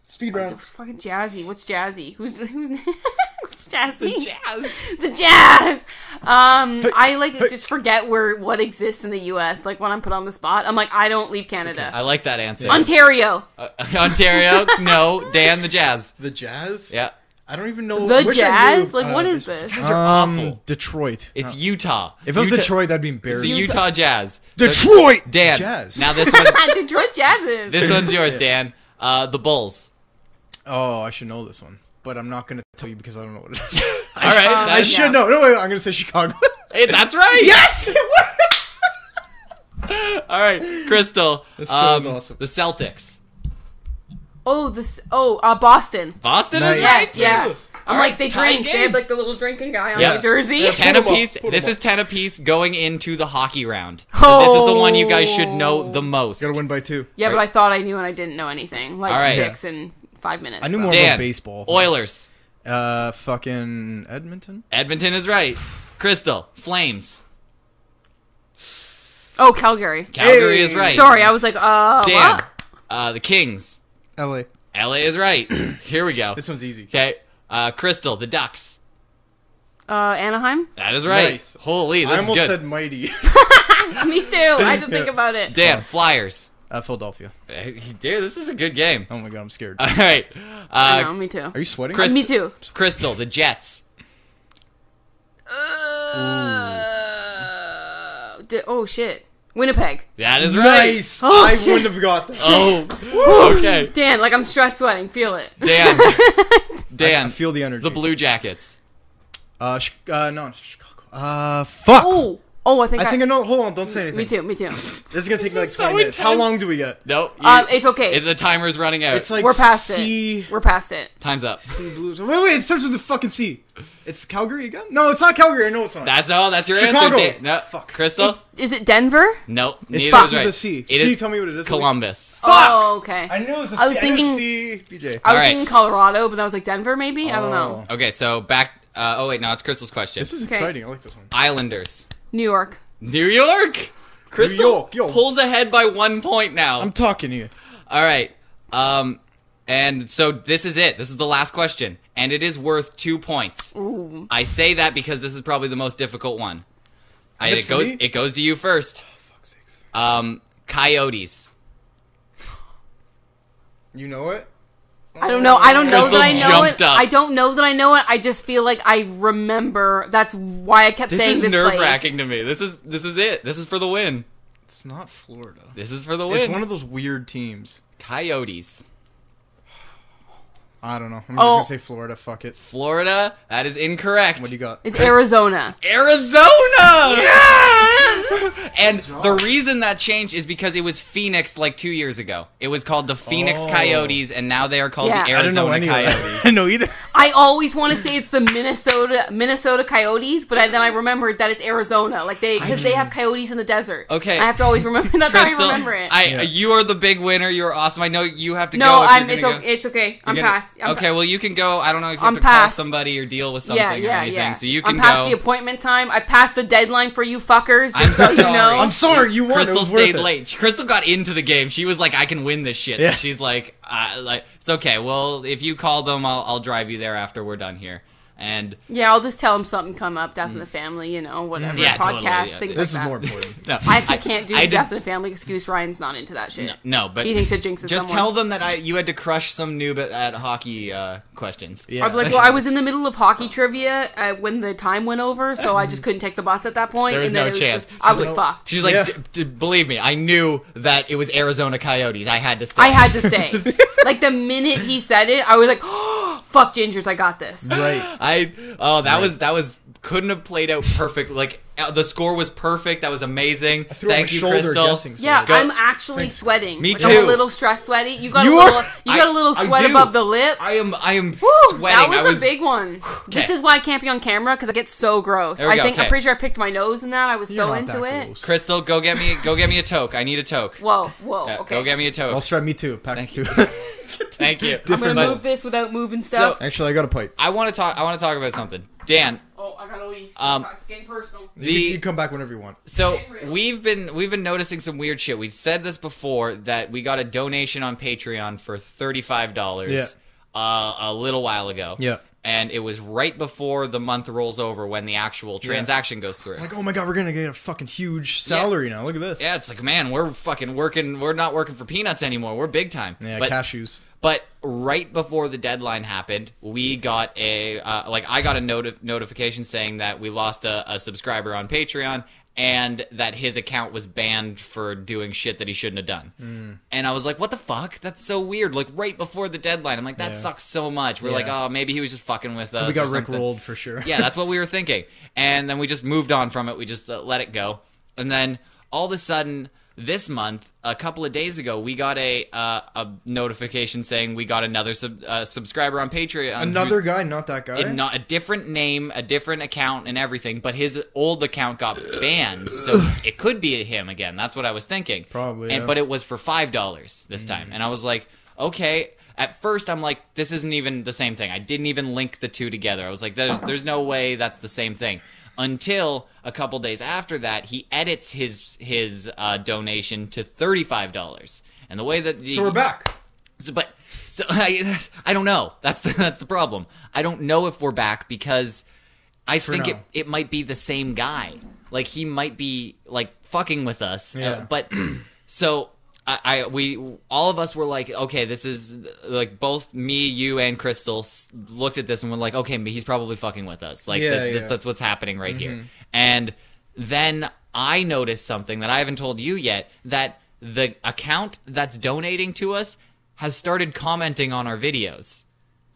S3: this. Speed round.
S1: What's fucking jazzy? What's jazzy? Who's who's what's jazzy?
S2: Jazz.
S1: The jazz. Um, I like just forget where what exists in the U.S. Like when I'm put on the spot, I'm like I don't leave Canada.
S2: I like that answer.
S1: Ontario.
S2: Uh, Ontario. No, Dan, the jazz.
S3: The Jazz?
S2: Yeah.
S3: I don't even know.
S1: The
S3: I wish I
S1: jazz?
S3: knew,
S1: Like
S3: uh,
S1: what is this?
S2: These are
S3: Um,
S2: awful.
S3: Detroit.
S2: It's
S3: No.
S2: Utah.
S3: If it was
S2: Utah-
S3: Detroit, that'd be
S2: The
S3: embarrassing.
S2: Utah Jazz. So,
S3: Detroit.
S2: Dan.
S3: Jazz.
S2: Now this one.
S1: Detroit jazzes.
S2: This one's yours, Dan. Uh, the Bulls.
S3: oh, I should know this one, but I'm not gonna tell you because I don't know what it is.
S2: All right.
S3: I
S2: that's-
S3: should know. No, wait, I'm gonna say Chicago.
S2: Hey, that's right.
S3: yes, it worked.
S2: All right, Crystal.
S3: This show is
S2: um,
S3: awesome.
S2: The Celtics.
S1: Oh, this. Oh, uh, Boston.
S2: Boston
S3: Nice.
S2: is
S1: Yes,
S2: right. too.
S1: yeah. I'm
S2: right,
S1: like they
S2: tie
S1: drink. They
S2: game.
S1: have like the little drinking guy on
S3: Yeah.
S1: the jersey.
S3: Yeah.
S2: Ten
S3: Put 'em up,
S2: apiece.
S3: put 'em
S2: This
S3: up.
S2: is ten apiece going into the hockey round. So This is the one you guys should know the
S1: Oh.
S2: most.
S3: Gotta win by two.
S1: Yeah, but I thought I knew and I didn't know anything. Like
S2: All right.
S1: six and five minutes.
S3: I knew
S1: so.
S3: more-
S2: Dan.
S3: Baseball.
S2: Oilers.
S3: Uh, fucking Edmonton.
S2: Edmonton is right. Crystal. Flames.
S1: Oh, Calgary.
S2: Calgary
S3: Hey.
S2: is right.
S1: Sorry, I was like, uh,
S2: Dan.
S1: what?
S2: Uh, the Kings.
S3: L.A.
S2: LA is right. Here we go.
S3: This one's easy.
S2: Okay. Uh, Crystal. The Ducks.
S1: Uh, Anaheim.
S2: That is right.
S3: Nice.
S2: Holy, this
S3: I
S2: is
S3: almost
S2: good.
S3: said mighty.
S1: Me too. I had to think about it.
S2: Dan. Flyers.
S3: uh, Philadelphia.
S2: Uh, Dude, this is a good game.
S3: Oh my god, I'm scared.
S2: All right.
S1: I know,
S2: Uh,
S1: me too.
S3: Are you sweating?
S2: Chris-
S1: Me too.
S2: Crystal. The Jets.
S1: Uh, di- oh shit. Winnipeg.
S2: That is right.
S3: Nice.
S1: Oh,
S3: I
S1: shit.
S3: wouldn't have got that.
S2: Oh, okay.
S1: Dan, like I'm stress sweating. Feel it.
S2: Dan. Dan.
S3: I feel the energy.
S2: the Blue Jackets.
S3: Uh, sh- uh, no, Chicago. Uh, fuck.
S1: Oh, oh, I think
S3: I
S1: I,
S3: think I know. Hold on, don't say anything.
S1: me too. Me too.
S3: This is gonna take me like
S2: is
S3: 20
S2: so
S3: minutes. How
S2: intense.
S3: long do we get?
S2: Nope. you-
S1: Um, it's okay.
S2: it- the timer's running out.
S3: It's like
S1: We're past
S3: C.
S1: it. We're past it.
S2: Time's up.
S3: Blues. Wait, wait, it starts with the fucking C. It's Calgary again? No, it's not Calgary. I know it's not.
S2: That's all. That's your
S3: Chicago.
S2: answer. Dan. No.
S3: Fuck.
S2: Crystal.
S1: It's- is it Denver?
S2: nope.
S3: it
S2: Neither
S3: starts
S2: is right.
S3: with a C.
S2: It
S3: Can
S2: is
S3: you tell me what it is?
S2: Columbus.
S3: Fuck!
S1: Oh, okay.
S3: I knew it was a C.
S1: I was
S3: knew
S1: thinking-
S3: C. BJ.
S1: I was
S2: Alright.
S1: thinking Colorado, but I was like Denver, maybe. I don't know.
S3: Oh.
S2: Okay, so back. Uh, oh wait, no, it's Crystal's question.
S3: This is
S1: Okay.
S3: exciting. I like this one.
S2: Islanders.
S1: New York.
S2: New York. Crystal
S3: York, yo.
S2: pulls ahead by one point now.
S3: I'm talking to you.
S2: All right. Um, and so this is it. This is the last question, and it is worth two points.
S1: Ooh.
S2: I say that because this is probably the most difficult one. I,
S3: That's
S2: it goes.
S3: for me?
S2: It goes to you first.
S3: Fuck's sakes.
S2: Um, coyotes.
S3: You know it?
S1: I don't know. I don't know
S2: Crystal
S1: that I know it.
S2: jumped up.
S1: I don't know that I know it. I just feel like I remember. That's why I kept
S2: This
S1: saying
S2: is
S1: this
S2: nerve
S1: place.
S2: wracking to me. This is this is it. This is for the win.
S3: It's not Florida.
S2: This is for the win.
S3: It's one of those weird teams.
S2: coyotes.
S3: I don't know. I'm just
S1: Oh.
S3: gonna say Florida. Fuck it.
S2: Florida. That is incorrect.
S3: What do you got?
S1: It's Arizona.
S2: Arizona. And the reason that changed is because it was Phoenix like two years ago. It was called the Phoenix
S3: Oh.
S2: Coyotes, and now they are called
S1: Yeah.
S2: the
S1: I
S3: I don't know
S2: Arizona
S3: any of
S2: Coyotes.
S3: that. I know either.
S1: I always want to say it's the Minnesota Minnesota Coyotes, but I, then I remembered that it's Arizona, like they because they have coyotes in the desert.
S2: Okay.
S1: I have to always remember. That's how
S2: Crystal,
S1: I remember it.
S2: I-
S3: Yeah.
S2: you are the big winner. You're awesome. I know you have to
S1: no,
S2: go. if
S1: I'm.
S2: you're
S1: It's
S2: gonna
S1: okay.
S2: go.
S1: It's okay. I'm
S2: You're gonna-
S1: past. I'm
S2: okay,
S1: pa-
S2: well you can go. I don't know if you have
S1: I'm
S2: to
S1: past.
S2: call somebody or deal with something
S1: yeah,
S2: or
S1: yeah,
S2: anything.
S1: yeah.
S2: So you
S1: I'm
S2: can
S1: past
S2: go.
S1: the appointment time. I passed the deadline for you fuckers. Just
S2: I'm
S1: so you
S2: sorry.
S1: know.
S3: I'm sorry. You won. it
S2: Crystal
S3: was worth
S2: stayed
S3: it.
S2: late. She- Crystal got into the game. She was like, "I can win this shit."
S3: Yeah.
S2: So she's like, uh, "Like it's okay. Well, if you call them, I'll, I'll drive you there after we're done here." And
S1: yeah, I'll just tell them something come up, death in the family, you know, whatever.
S2: Mm. Yeah,
S1: Podcast,
S2: totally, yeah.
S1: things
S3: This
S1: like
S3: is
S1: that.
S3: more important.
S2: no,
S1: I actually can't do
S2: I
S1: the
S2: did-
S1: death in the family excuse. Ryan's not into that shit.
S2: no, but
S1: He thinks it jinxes
S2: Just
S1: someone.
S2: tell them that I you had to crush some noob at, at hockey uh, questions.
S3: Yeah.
S1: I'd be like, well, I was in the middle of hockey trivia uh, when the time went over, so I just couldn't take the bus at that point.
S2: There was
S1: and then
S2: no
S1: it was
S2: chance.
S1: Just, I
S2: She's
S1: was
S2: like-
S1: fucked.
S2: She's like,
S3: Yeah.
S2: D- d- believe me, I knew that it was Arizona Coyotes. I had to stay.
S1: I had to stay. like the minute he said it, I was like, oh, "Fuck gingers, I got this."
S3: Right.
S2: I oh that was that was couldn't have played out perfect. Like uh, the score was perfect. That was amazing.
S3: threw up
S2: Thank
S3: my
S2: you,
S3: shoulder
S2: Crystal.
S3: guessing, so-
S1: Yeah,
S2: Go-
S1: I'm actually sweating.
S2: Me
S1: Like, I'm
S2: too.
S1: a little stress sweaty. You got
S3: You
S1: a little,
S3: are-
S1: you got a little
S2: I- I
S1: sweat
S2: do.
S1: above the lip.
S2: I am I am
S1: Whew,
S2: sweating.
S1: That was,
S2: I was
S1: a big one. This
S2: Okay.
S1: is why I can't be on camera because I get so gross.
S2: There we
S1: I
S2: go,
S1: think
S2: okay.
S1: I'm pretty sure I picked my nose in that. I was
S3: You're
S1: so
S3: not
S1: into
S3: that
S1: it.
S3: close.
S2: Crystal, go get me go get me a toke. I need a toke.
S1: Whoa, whoa,
S2: Yeah,
S1: okay.
S2: Go get me a toke.
S3: I'll strap me too. Pack
S2: Thank
S3: two.
S2: Thank you.
S1: I'm gonna
S2: But
S1: move this without moving stuff.
S3: Actually, I got a pipe.
S2: I want to talk. I want to talk about something, Dan.
S1: oh, I gotta leave.
S2: Um,
S1: it's getting personal.
S2: The
S3: you, can, you come back whenever you want.
S2: So we've been we've been noticing some weird shit. We've said this before that we got a donation on Patreon for thirty five dollars
S3: Yeah.
S2: uh, a little while ago.
S3: Yeah.
S2: And it was right before the month rolls over when the actual transaction goes through.
S3: Like, oh my god, we're gonna get a fucking huge salary now. Look at this.
S2: yeah, it's like, man, we're fucking working. We're not working for peanuts anymore. We're big time.
S3: Yeah,
S2: but,
S3: cashews.
S2: But right before the deadline happened, we got a uh, like I got a noti- notification saying that we lost a, a subscriber on Patreon and that his account was banned for doing shit that he shouldn't have done.
S3: Hmm.
S2: And I was like, "What the fuck? That's so weird!" Like right before the deadline, I'm like, "That
S3: Yeah.
S2: sucks so much." We're like,
S3: Yeah.
S2: "Oh, maybe he was just fucking with us."
S3: We
S2: or
S3: got Rick
S2: something."
S3: rolled for sure.
S2: yeah, that's what we were thinking. And then we just moved on from it. We just uh, let it go. And then all of a sudden, this month, a couple of days ago, we got a uh, a notification saying we got another sub- uh, subscriber on Patreon.
S3: Another guy, not that guy.
S2: who's in not a different name, a different account, and everything. But his old account got banned, so it could be him again. That's what I was thinking.
S3: Probably,
S2: And,
S3: yeah. Hmm.
S2: But it was for five dollars this time, and I was like, okay. At first, I'm like, this isn't even the same thing. I didn't even link the two together. I was like, there's there's no way that's the same thing. Until a couple days after that, he edits his his uh, donation to thirty five dollars. And the way that the,
S3: so we're back.
S2: so, but so I, I don't know. That's the that's the problem. I don't know if we're back because I think it
S3: now.
S2: it might be the same guy. Like he might be like fucking with us. uh,
S3: Yeah.
S2: but so I, I we all of us were like, okay, this is like both me, you, and Crystal s- looked at this and were like, okay, he's probably fucking with us. Like
S3: Yeah, Mm-hmm.
S2: this,
S3: yeah.
S2: This, that's what's happening right here. And then I noticed something that I haven't told you yet that the account that's donating to us has started commenting on our videos.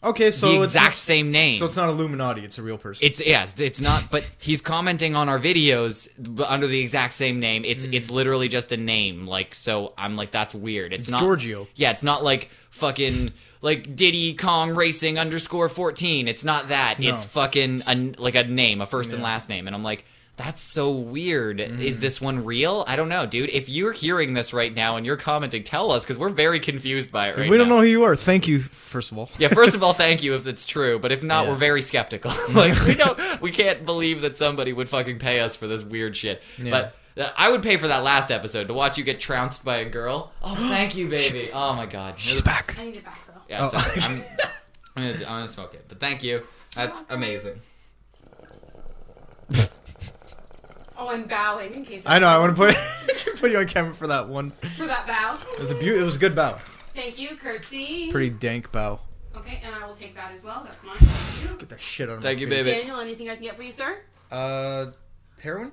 S3: Okay, so
S2: the
S3: it's-
S2: exact same name.
S3: So it's not Illuminati; it's a real person.
S2: It's yes, it's not. But he's commenting on our videos b- under the exact same name. It's
S3: Mm.
S2: it's literally just a name. Like so, I'm like that's weird. It's, not
S3: Giorgio.
S2: Yeah, it's not like fucking like Diddy Kong Racing underscore fourteen. It's not that. It's fucking a, n- like a name, a first and last name. And I'm like. That's so weird.
S3: Mm.
S2: Is this one real? I don't know, dude. If you're hearing this right now and you're commenting, tell us because we're very confused by it right
S3: we don't
S2: now.
S3: know who you are. Thank you, first of all.
S2: Yeah, first of all, thank you if it's true, but if not,
S3: Yeah.
S2: we're very skeptical. like we don't, we can't believe that somebody would fucking pay us for this weird shit. But uh, I would pay for that last episode to watch you get trounced by a girl. Oh, thank you, baby. Oh my god,
S3: She's back.
S1: I need it back though.
S2: Yeah, it's
S3: Oh.
S2: okay. I'm, I'm, gonna, I'm gonna smoke it, but thank you. That's amazing.
S1: Oh, I'm bowing in case
S3: I know. I want to put put you on camera for that one. It
S1: for that bow.
S3: was a beau- It was a good bow.
S1: Thank you, curtsy.
S3: Pretty dank bow.
S1: Okay, and I will take that as well. That's mine. Thank you.
S3: Get that shit out of
S2: Thank
S3: my
S2: you,
S3: face.
S2: baby.
S1: Daniel, anything I can get for you, sir?
S3: Uh, heroin.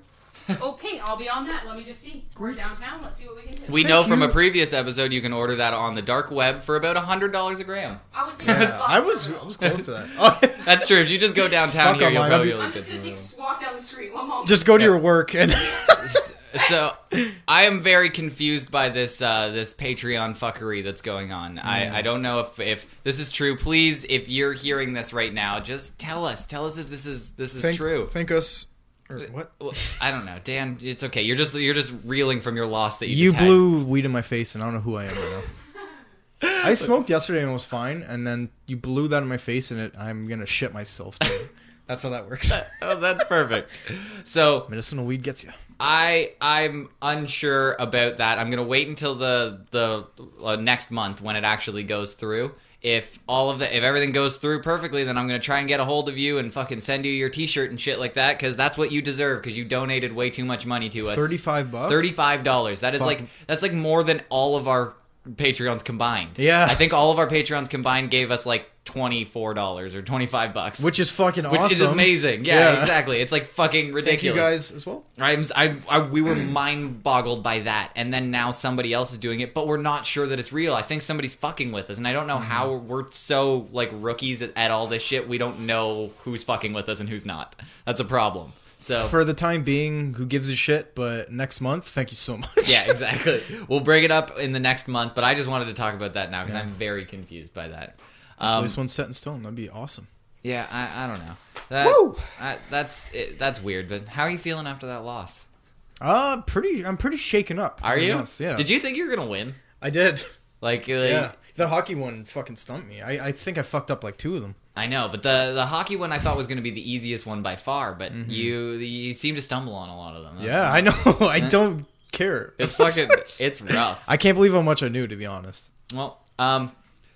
S1: Okay, I'll be on that. Let me just see. We're downtown. Let's see what we can do.
S2: We know
S3: Thank
S2: from a
S3: you.
S2: previous episode you can order that on the dark web for about hundred dollars a gram.
S1: I was.
S3: Yeah, I was I was close to that. Oh,
S2: That's true. If you just go downtown
S3: Fuck
S2: here, you'll
S3: online. I'll be-
S2: probably
S1: I'm
S2: look at
S1: just gonna
S2: some.
S1: take a walk down the street. One moment.
S3: just go to your work and
S2: so I am very confused by this uh, this Patreon fuckery that's going on. I, I don't know if, if this is true. Please, if you're hearing this right now, just tell us. Tell us if this is this is
S3: think,
S2: true.
S3: Think us. Or what?
S2: Well, I don't know, Dan. It's okay. You're just you're just reeling from your loss that you,
S3: You
S2: just had.
S3: blew weed in my face, and I don't know who I am right now. I smoked yesterday and was fine, and then you blew that in my face, and it, I'm gonna shit myself. Too. That's how that works.
S2: Oh, that's perfect. So
S3: Medicinal weed gets you.
S2: I I'm unsure about that. I'm gonna wait until the the uh, next month when it actually goes through. If all of the if everything goes through perfectly, then I'm gonna try and get a hold of you and fucking send you your T-shirt and shit like that because that's what you deserve because you donated way too much money to us.
S3: Thirty-five bucks.
S2: Thirty-five dollars. That is like that's like more than all of our Patreons combined.
S3: Yeah.
S2: I think all of our Patreons combined gave us like twenty-four dollars or twenty-five bucks,
S3: which is fucking
S2: which
S3: awesome.
S2: is amazing. Yeah,
S3: Yeah.
S2: exactly. It's like fucking ridiculous.
S3: Thank you guys as well.
S2: I'm, I, I, we were mind boggled by that, and then now somebody else is doing it, but we're not sure that it's real. I think somebody's fucking with us, and I don't know how
S3: Mm-hmm.
S2: we're so like rookies at, at all this shit. We don't know who's fucking with us and who's not. That's a problem. So
S3: For the time being, who gives a shit? But next month, thank you so much.
S2: yeah, exactly. We'll bring it up in the next month, but I just wanted to talk about that now because I'm very confused by that. Um,
S3: this one's set in stone. That'd be awesome.
S2: yeah, I, I don't know. That,
S3: Woo!
S2: I- that's it, that's weird. But how are you feeling after that loss?
S3: Uh, pretty. I'm pretty shaken up.
S2: Are
S3: to be
S2: you?
S3: honest. Yeah.
S2: Did you think you were gonna win?
S3: I did.
S2: Like, like
S3: Yeah. The hockey one fucking stumped me. I, I think I fucked up like two of them.
S2: I know, but the the hockey one I thought was going to be the easiest one by far, but you you seem to stumble on a lot of them.
S3: Mm-hmm. Yeah, I know. I don't care.
S2: Uh-huh. it's fucking it's rough.
S3: I can't believe how much I knew, to be honest.
S2: Well, um,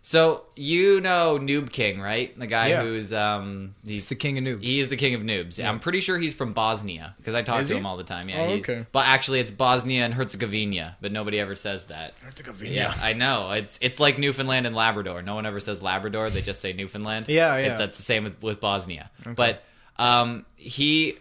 S2: so you know Noob King, right? The guy
S3: Yeah.
S2: who's um he's
S3: It's the king of noobs.
S2: he is the king of noobs. I'm pretty sure he's from Bosnia because I talk
S3: Is
S2: to
S3: he?
S2: him all the time. Yeah,
S3: Oh,
S2: he-
S3: okay.
S2: But actually, it's Bosnia and Herzegovina, but nobody ever says that. Yeah, I know. It's it's like Newfoundland and Labrador. No one ever says Labrador; they just say Newfoundland.
S3: Yeah,
S2: It-
S3: yeah.
S2: that's the same with, with Bosnia. But um, he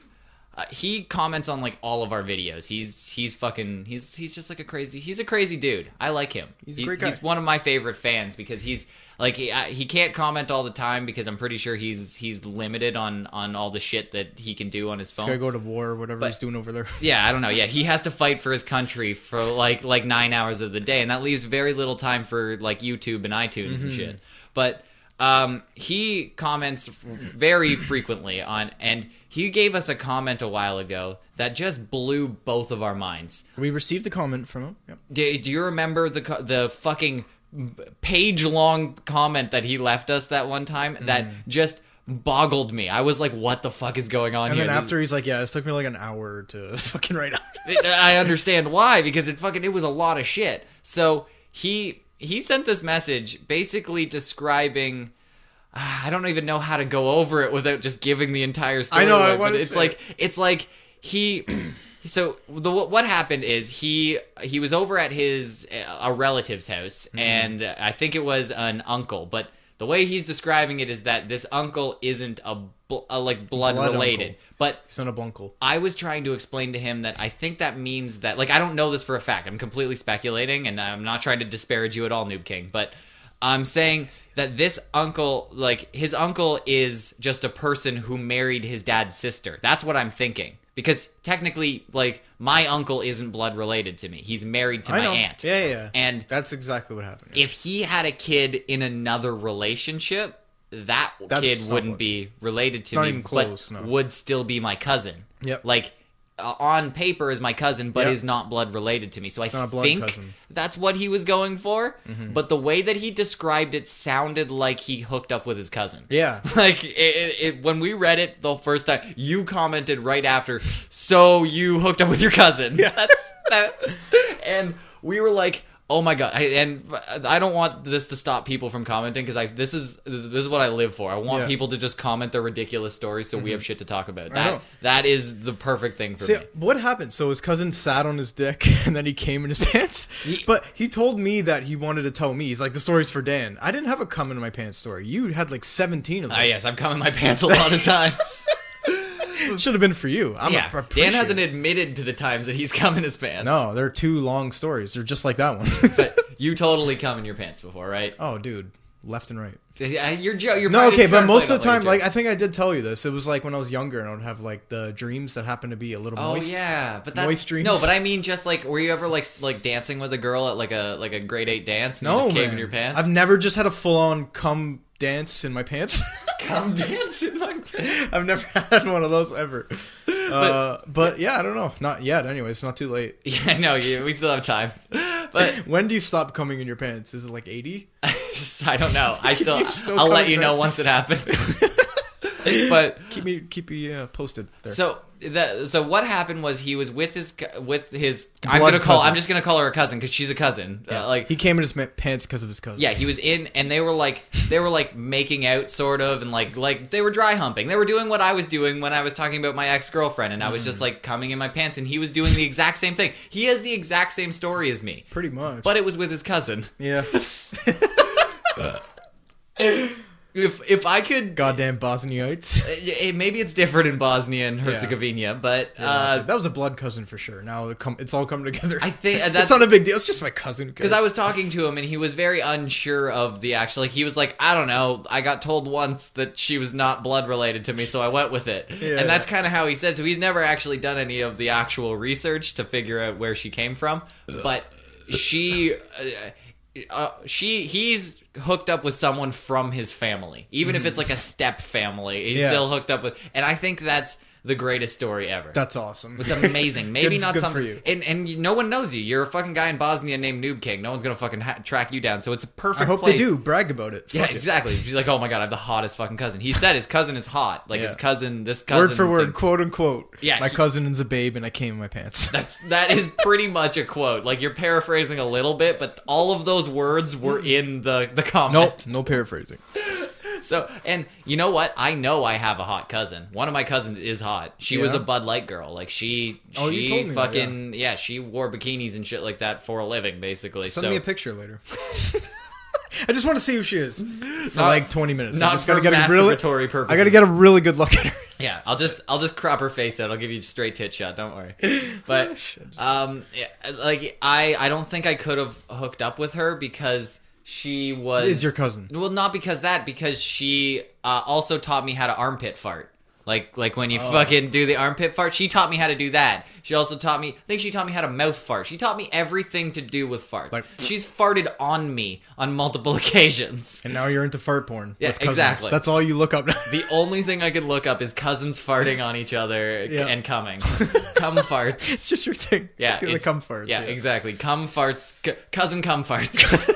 S2: uh, he comments on like all of our videos. He's he's fucking he's he's just like a crazy. He's a crazy dude. I like him. He's
S3: a great guy.
S2: He's one of my favorite fans because he's like he, I, he can't comment all the time because I'm pretty sure he's he's limited on on all the shit that he can do on his phone.
S3: Gotta go to war or whatever he's doing over there.
S2: Yeah, I don't know. Yeah, he has to fight for his country for like like nine hours of the day, and that leaves very little time for like YouTube and iTunes
S3: Mm-hmm.
S2: and shit. But um, he comments f- very frequently on, and he gave us a comment a while ago that just blew both of our minds.
S3: We received a comment from him. Yep.
S2: Do, do you remember the co- the fucking page long comment that he left us that one time that
S3: Mm.
S2: just boggled me? I was like, what the fuck is going on
S3: And
S2: here?
S3: then
S2: This-
S3: after he's like, "Yeah, this took me like an hour to fucking write out."
S2: it- I understand why because it fucking it was a lot of shit. So he he sent this message basically describing. ah, I don't even know how to go over it without just giving the entire story.
S3: I know, I
S2: away, but
S3: wanna
S2: it's
S3: say
S2: like it's like he. So the, what happened is he he uh,
S3: Mm-hmm.
S2: was over at his a relative's house, and I think it was an uncle, but. The way he's describing it is that this uncle isn't a, bl- a like blood,
S3: Blood
S2: related,
S3: uncle.
S2: but
S3: He's not a bunkle.
S2: I was trying to explain to him that I think that means that like I don't know this for a fact. I'm completely speculating and I'm not trying to disparage you at all, Noob King, but I'm saying that this uncle like his uncle is just a person who married his dad's sister. That's what I'm thinking. Because technically like my uncle isn't blood related to me. He's married to
S3: I
S2: my
S3: know.
S2: aunt.
S3: Yeah, yeah, yeah.
S2: And
S3: That's exactly what happened.
S2: if he had a kid in another relationship, that
S3: That's
S2: kid
S3: not
S2: wouldn't
S3: what-
S2: be related to
S3: Not
S2: me,
S3: even close,
S2: but
S3: no.
S2: would still be my cousin.
S3: Yep.
S2: Like uh, on paper is my cousin, but
S3: Yep.
S2: is not blood related to me. So I
S3: not a blood
S2: think
S3: cousin. Mm-hmm.
S2: that's what he was going for. But the way that he described it sounded like he hooked up with his cousin.
S3: yeah.
S2: Like it, it, it, when we read it the first time, you commented right after, "So you hooked up with your cousin?" That's that, and we were like, "Oh my god!" I, and I don't want this to stop people from commenting because I this is this is what I live for. I want
S3: Yeah. Mm-hmm.
S2: people to just comment their ridiculous stories so we have shit to talk about.
S3: know.
S2: That that is the perfect thing for
S3: See,
S2: me.
S3: what happened? So his cousin sat on his dick, and then he came in his pants.
S2: Ye-
S3: But he told me that he wanted to tell me. He's like, the story's for Dan. I didn't have a cum in my pants story. You had like seventeen of those.
S2: Ah, yes, I'm coming my pants a lot of times.
S3: should have been for you. I'm
S2: yeah,
S3: a,
S2: Dan hasn't admitted to the times that he's come in his pants.
S3: No, they're two long stories. They're just like that one.
S2: but you totally come in your pants before, right?
S3: oh, dude, left and right.
S2: Yeah, You're jo- you're
S3: No,
S2: probably
S3: okay,
S2: trying
S3: but
S2: to
S3: most
S2: play
S3: of the
S2: that
S3: time,
S2: like
S3: like I think I did tell you this. It was like when I was younger, and I would have like the dreams that happened to be a little
S2: Oh
S3: moist.
S2: yeah, but that's
S3: moist dreams.
S2: no. But I mean, just like, were you ever like s- like dancing with a girl at like a like a grade eight dance? And you
S3: No,
S2: just came
S3: man.
S2: in your pants.
S3: I've never just had a full on cum dance in my pants.
S2: come dancing like that.
S3: I've never had one of those ever. Uh, but yeah, I don't know. Not yet. Anyway, it's not too late.
S2: Yeah, no, you, we still have time, but
S3: When do you stop coming in your pants? Is it like eighty?
S2: just- I don't know. I still,
S3: You've still
S2: I'll let
S3: come
S2: you know
S3: dancing.
S2: once it happens. but
S3: Keep me, keep me uh, posted. There.
S2: so the so what happened was he was with his c- with his. I'm
S3: Blood
S2: gonna call.
S3: cousin.
S2: I'm just gonna call her a cousin because she's a cousin. Uh, like
S3: he came in his ma- pants because of his cousin.
S2: Yeah, he was in, and they were like, they were like making out, sort of, and like, like they were dry humping. They were doing what I was doing when I was talking about my ex girlfriend, and I was just like coming in my pants, and he was doing the exact same thing. He has the exact same story as me,
S3: pretty much.
S2: but it was with his cousin.
S3: yeah.
S2: If if I could,
S3: Goddamn Bosniites.
S2: eh, maybe it's different in Bosnia and Herzegovina, but uh,
S3: that was a blood cousin for sure. Now it come, it's all come together.
S2: I think uh, that's
S3: that's not a big deal. It's just my cousin.
S2: Because I was talking to him and he was very unsure of the actual. Like he was like, I don't know. I got told once that she was not blood related to me, so I went with it.
S3: Yeah.
S2: And that's kind of how he said. So he's never actually done any of the actual research to figure out where she came from. But she, uh, uh, she, he's hooked up with someone from his family, even if it's like a step family. He's
S3: Mm-hmm. Yeah.
S2: still hooked up with, and I think that's the greatest story ever.
S3: That's awesome.
S2: It's amazing. Maybe
S3: Good-
S2: not
S3: good for
S2: something.
S3: you.
S2: And and you- no one knows you. You're a fucking guy in Bosnia named Noob King. No one's gonna fucking ha- track you down. So it's a perfect.
S3: I hope
S2: place.
S3: they do brag about it.
S2: Yeah,
S3: Fuck it.
S2: exactly. She's like, oh my god, I have the hottest fucking cousin. He said his cousin is hot. Like his
S3: Yeah.
S2: cousin, this cousin.
S3: Word for word,
S2: thing-
S3: quote unquote.
S2: Yeah,
S3: my
S2: he-
S3: cousin is a babe, and I came in my pants.
S2: That's that is pretty much a quote. Like you're paraphrasing a little bit, but all of those words were in the the comment.
S3: Hmm. nope, no paraphrasing.
S2: So, and you know what? I know I have a hot cousin. One of my cousins is hot. She was a
S3: Yeah?
S2: Bud Light girl. Like she,
S3: Oh,
S2: she
S3: you told me that,
S2: fucking yeah. she wore bikinis and shit like that for a living, basically.
S3: Send
S2: so
S3: me a picture later. I just want to see who she is for
S2: Not-
S3: like 20 minutes.
S2: not
S3: I just gotta
S2: for
S3: get a really.
S2: masturbatory purposes.
S3: I gotta get a really good look at her.
S2: Yeah, I'll just I'll just crop her face out. I'll give you a straight tit shot. Don't worry. But um, yeah, like I I don't think I could have hooked up with her because she was
S3: Is your cousin.
S2: Well, not because that because she uh, also taught me how to armpit fart. Like like when you
S3: Oh.
S2: fucking do the armpit fart, she taught me how to do that. She also taught me. I think she taught me how to mouth fart. She taught me everything to do with farts.
S3: Like-
S2: She's farted on me on multiple occasions.
S3: And now you're into fart porn.
S2: Yeah,
S3: with cousins.
S2: exactly.
S3: That's all you look up now.
S2: The only thing I can look up is cousins farting on each other
S3: Yeah.
S2: and coming. Cum farts.
S3: it's just your thing.
S2: Yeah,
S3: the
S2: it's-
S3: cum farts.
S2: Yeah, exactly. Cum farts. C- cousin cum farts.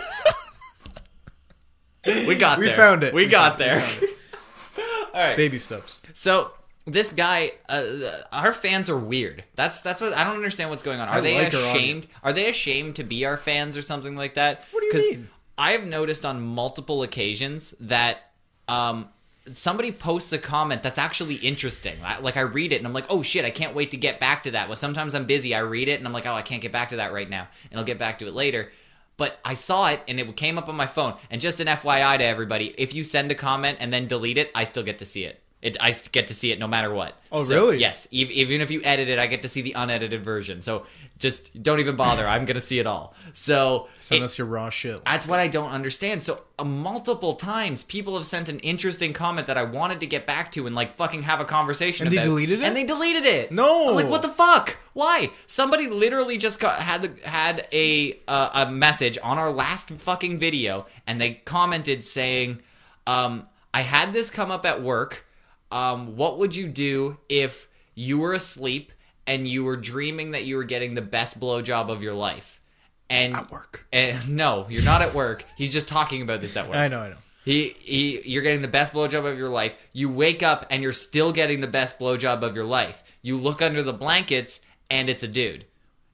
S2: we got
S3: We
S2: there.
S3: found it.
S2: We,
S3: We
S2: got
S3: found it. We
S2: there.
S3: found it.
S2: All right.
S3: Baby steps.
S2: So this guy, uh, our fans are weird. That's that's what I don't understand. What's going on? Are
S3: I
S2: they
S3: like our
S2: ashamed? Are they ashamed to be our fans or something like that? What
S3: do you mean?
S2: I've noticed on multiple occasions that um, somebody posts a comment that's actually interesting. I, like I read it and I'm like, oh shit, I can't wait to get back to that. Well, sometimes I'm busy. I read it and I'm like, oh, I can't get back to that right now, and I'll get back to it later. But I saw it and it came up on my phone. And just an FYI to everybody, if you send a comment and then delete it, I still get to see it. It, I s- get to see it no matter what.
S3: Oh, really?
S2: Yes. Ev- even if you edit it, I get to see the unedited version. So just don't even bother. I'm gonna see it all. So
S3: Send
S2: it-
S3: us your raw shit.
S2: that's what I don't understand. So, uh, multiple times, people have sent an interesting comment that I wanted to get back to and like fucking have a conversation.
S3: And they
S2: about.
S3: deleted it?
S2: And they deleted it.
S3: No.
S2: I'm like what the fuck? Why? Somebody literally just got, had the- had a uh, a message on our last fucking video, and they commented saying, um, "I had this come up at work. Um, what would you do if you were asleep and you were dreaming that you were getting the best blowjob of your life?" And
S3: At work.
S2: and Eh, no, you're not at work. He's just talking about this at work.
S3: I know, I know.
S2: He, he, you're getting the best blowjob of your life. You wake up and you're still getting the best blowjob of your life. You look under the blankets and it's a dude,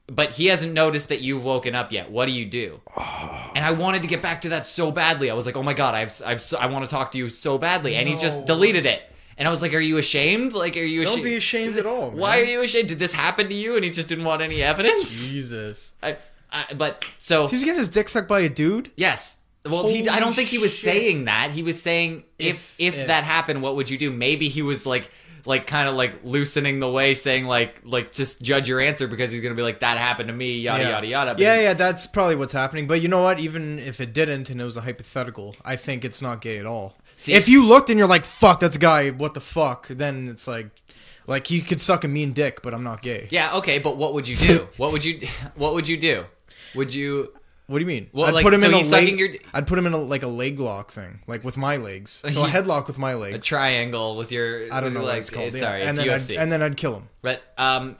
S2: but he hasn't noticed that you've woken up yet. What do you do? And I wanted to get back to that so badly. I was like, oh my god, I've, I've, I want to talk to you so badly, and he just deleted it. And I was like, are you ashamed? Like, are you?
S3: Don't
S2: asha-
S3: be ashamed at all.
S2: Why are
S3: man.
S2: you ashamed? Did this happen to you? And he just didn't want any evidence.
S3: Jesus.
S2: I, I, but so
S3: He was getting his dick sucked by a dude.
S2: Yes. Well, he, I
S3: Holy
S2: don't think he was
S3: shit.
S2: saying that. He was saying if if,
S3: If- if.
S2: that happened, what would you do? Maybe he was like like kind of like loosening the way, saying like like just judge your answer because he's gonna be like that happened to me, yada yada yada. But
S3: Yeah, yeah, that's probably what's happening. But you know what? Even if it didn't and it was a hypothetical, I think it's not gay at all.
S2: See-
S3: if you looked and you're like, "Fuck, that's a guy. What the fuck?" Then it's like, like he could suck a mean dick, but I'm not gay.
S2: yeah, okay. But what would you do? what would you what would you do? Would you?
S3: What do you mean?
S2: Well, like, so he's sucking
S3: leg.
S2: your d-
S3: I'd put him in a, like a leg lock thing, like with my legs. So a
S2: He-
S3: headlock with my
S2: A
S3: legs.
S2: triangle with your
S3: I don't
S2: with
S3: know
S2: your
S3: what
S2: legs.
S3: it's called.
S2: Eh,
S3: yeah.
S2: Sorry,
S3: and
S2: it's
S3: then
S2: UFC.
S3: I'd, and then I'd kill him.
S2: But um,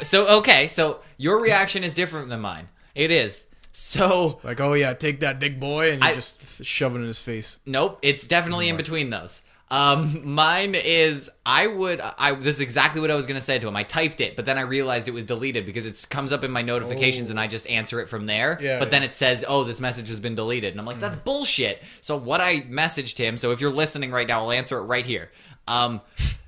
S2: so okay, so your reaction is different than mine. It is. So
S3: Like, oh yeah, take that big boy, and you
S2: I-
S3: just th- shove it in his face.
S2: Nope, it's definitely in between those. Um, mine is I would I this is exactly what I was gonna say to him. I typed it, but then I realized it was deleted because it comes up in my notifications and I just answer it from there.
S3: Yeah,
S2: but
S3: yeah.
S2: then it says, "Oh, this message has been deleted," and I'm like,
S3: Mm.
S2: "That's bullshit." So what I messaged him. So if you're listening right now, I'll answer it right here. Um,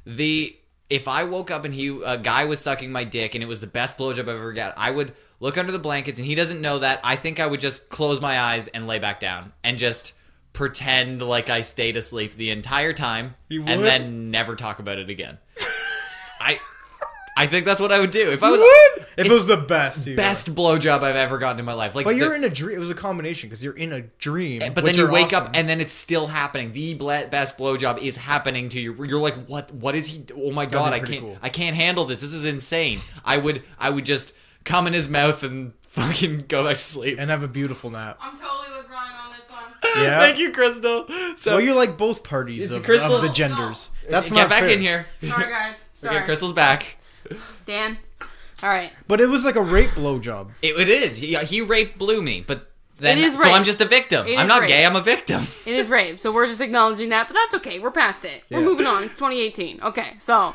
S2: the if I woke up and he a guy was sucking my dick and it was the best blowjob I've ever got, I would look under the blankets and he doesn't know that. I think I would just close my eyes and lay back down and just pretend like I stayed asleep the entire time
S3: You
S2: and
S3: would?
S2: then never talk about it again. I I think that's what I would do if I was
S3: If it was the best, you know.
S2: best blowjob I've ever gotten in my life. Like
S3: But you're
S2: the-
S3: in a dream. It was a combination because you're in a dream.
S2: but
S3: which
S2: then you
S3: are
S2: wake
S3: awesome.
S2: up and then it's still happening. The ble- best blowjob is happening to you. You're like, what? What is he? Oh my god, I
S3: pretty
S2: can't.
S3: cool.
S2: I can't handle this. This is insane. I would. I would just come in his mouth and fucking go back to sleep.
S3: and have a beautiful nap.
S1: I'm totally with Ryan on this one.
S3: Yeah.
S2: Thank you, Crystal. So
S3: Well, you like both parties of,
S2: Crystal-
S3: of the genders. That's
S2: get
S3: not
S2: back
S3: fair.
S2: in here.
S1: Sorry, guys. Sorry.
S2: Okay, Crystal's back.
S1: Dan. All right.
S3: But it was like a rape blowjob.
S2: It, it is. He, he raped blew me, but then
S1: It is
S2: so I'm
S1: rape.
S2: just a victim.
S1: It
S2: I'm
S1: is
S2: not
S1: rape.
S2: gay. I'm a victim.
S1: It is rape, so we're just acknowledging that, but that's okay. We're past it. We're
S3: Yeah.
S1: moving on. It's 2018. Okay, so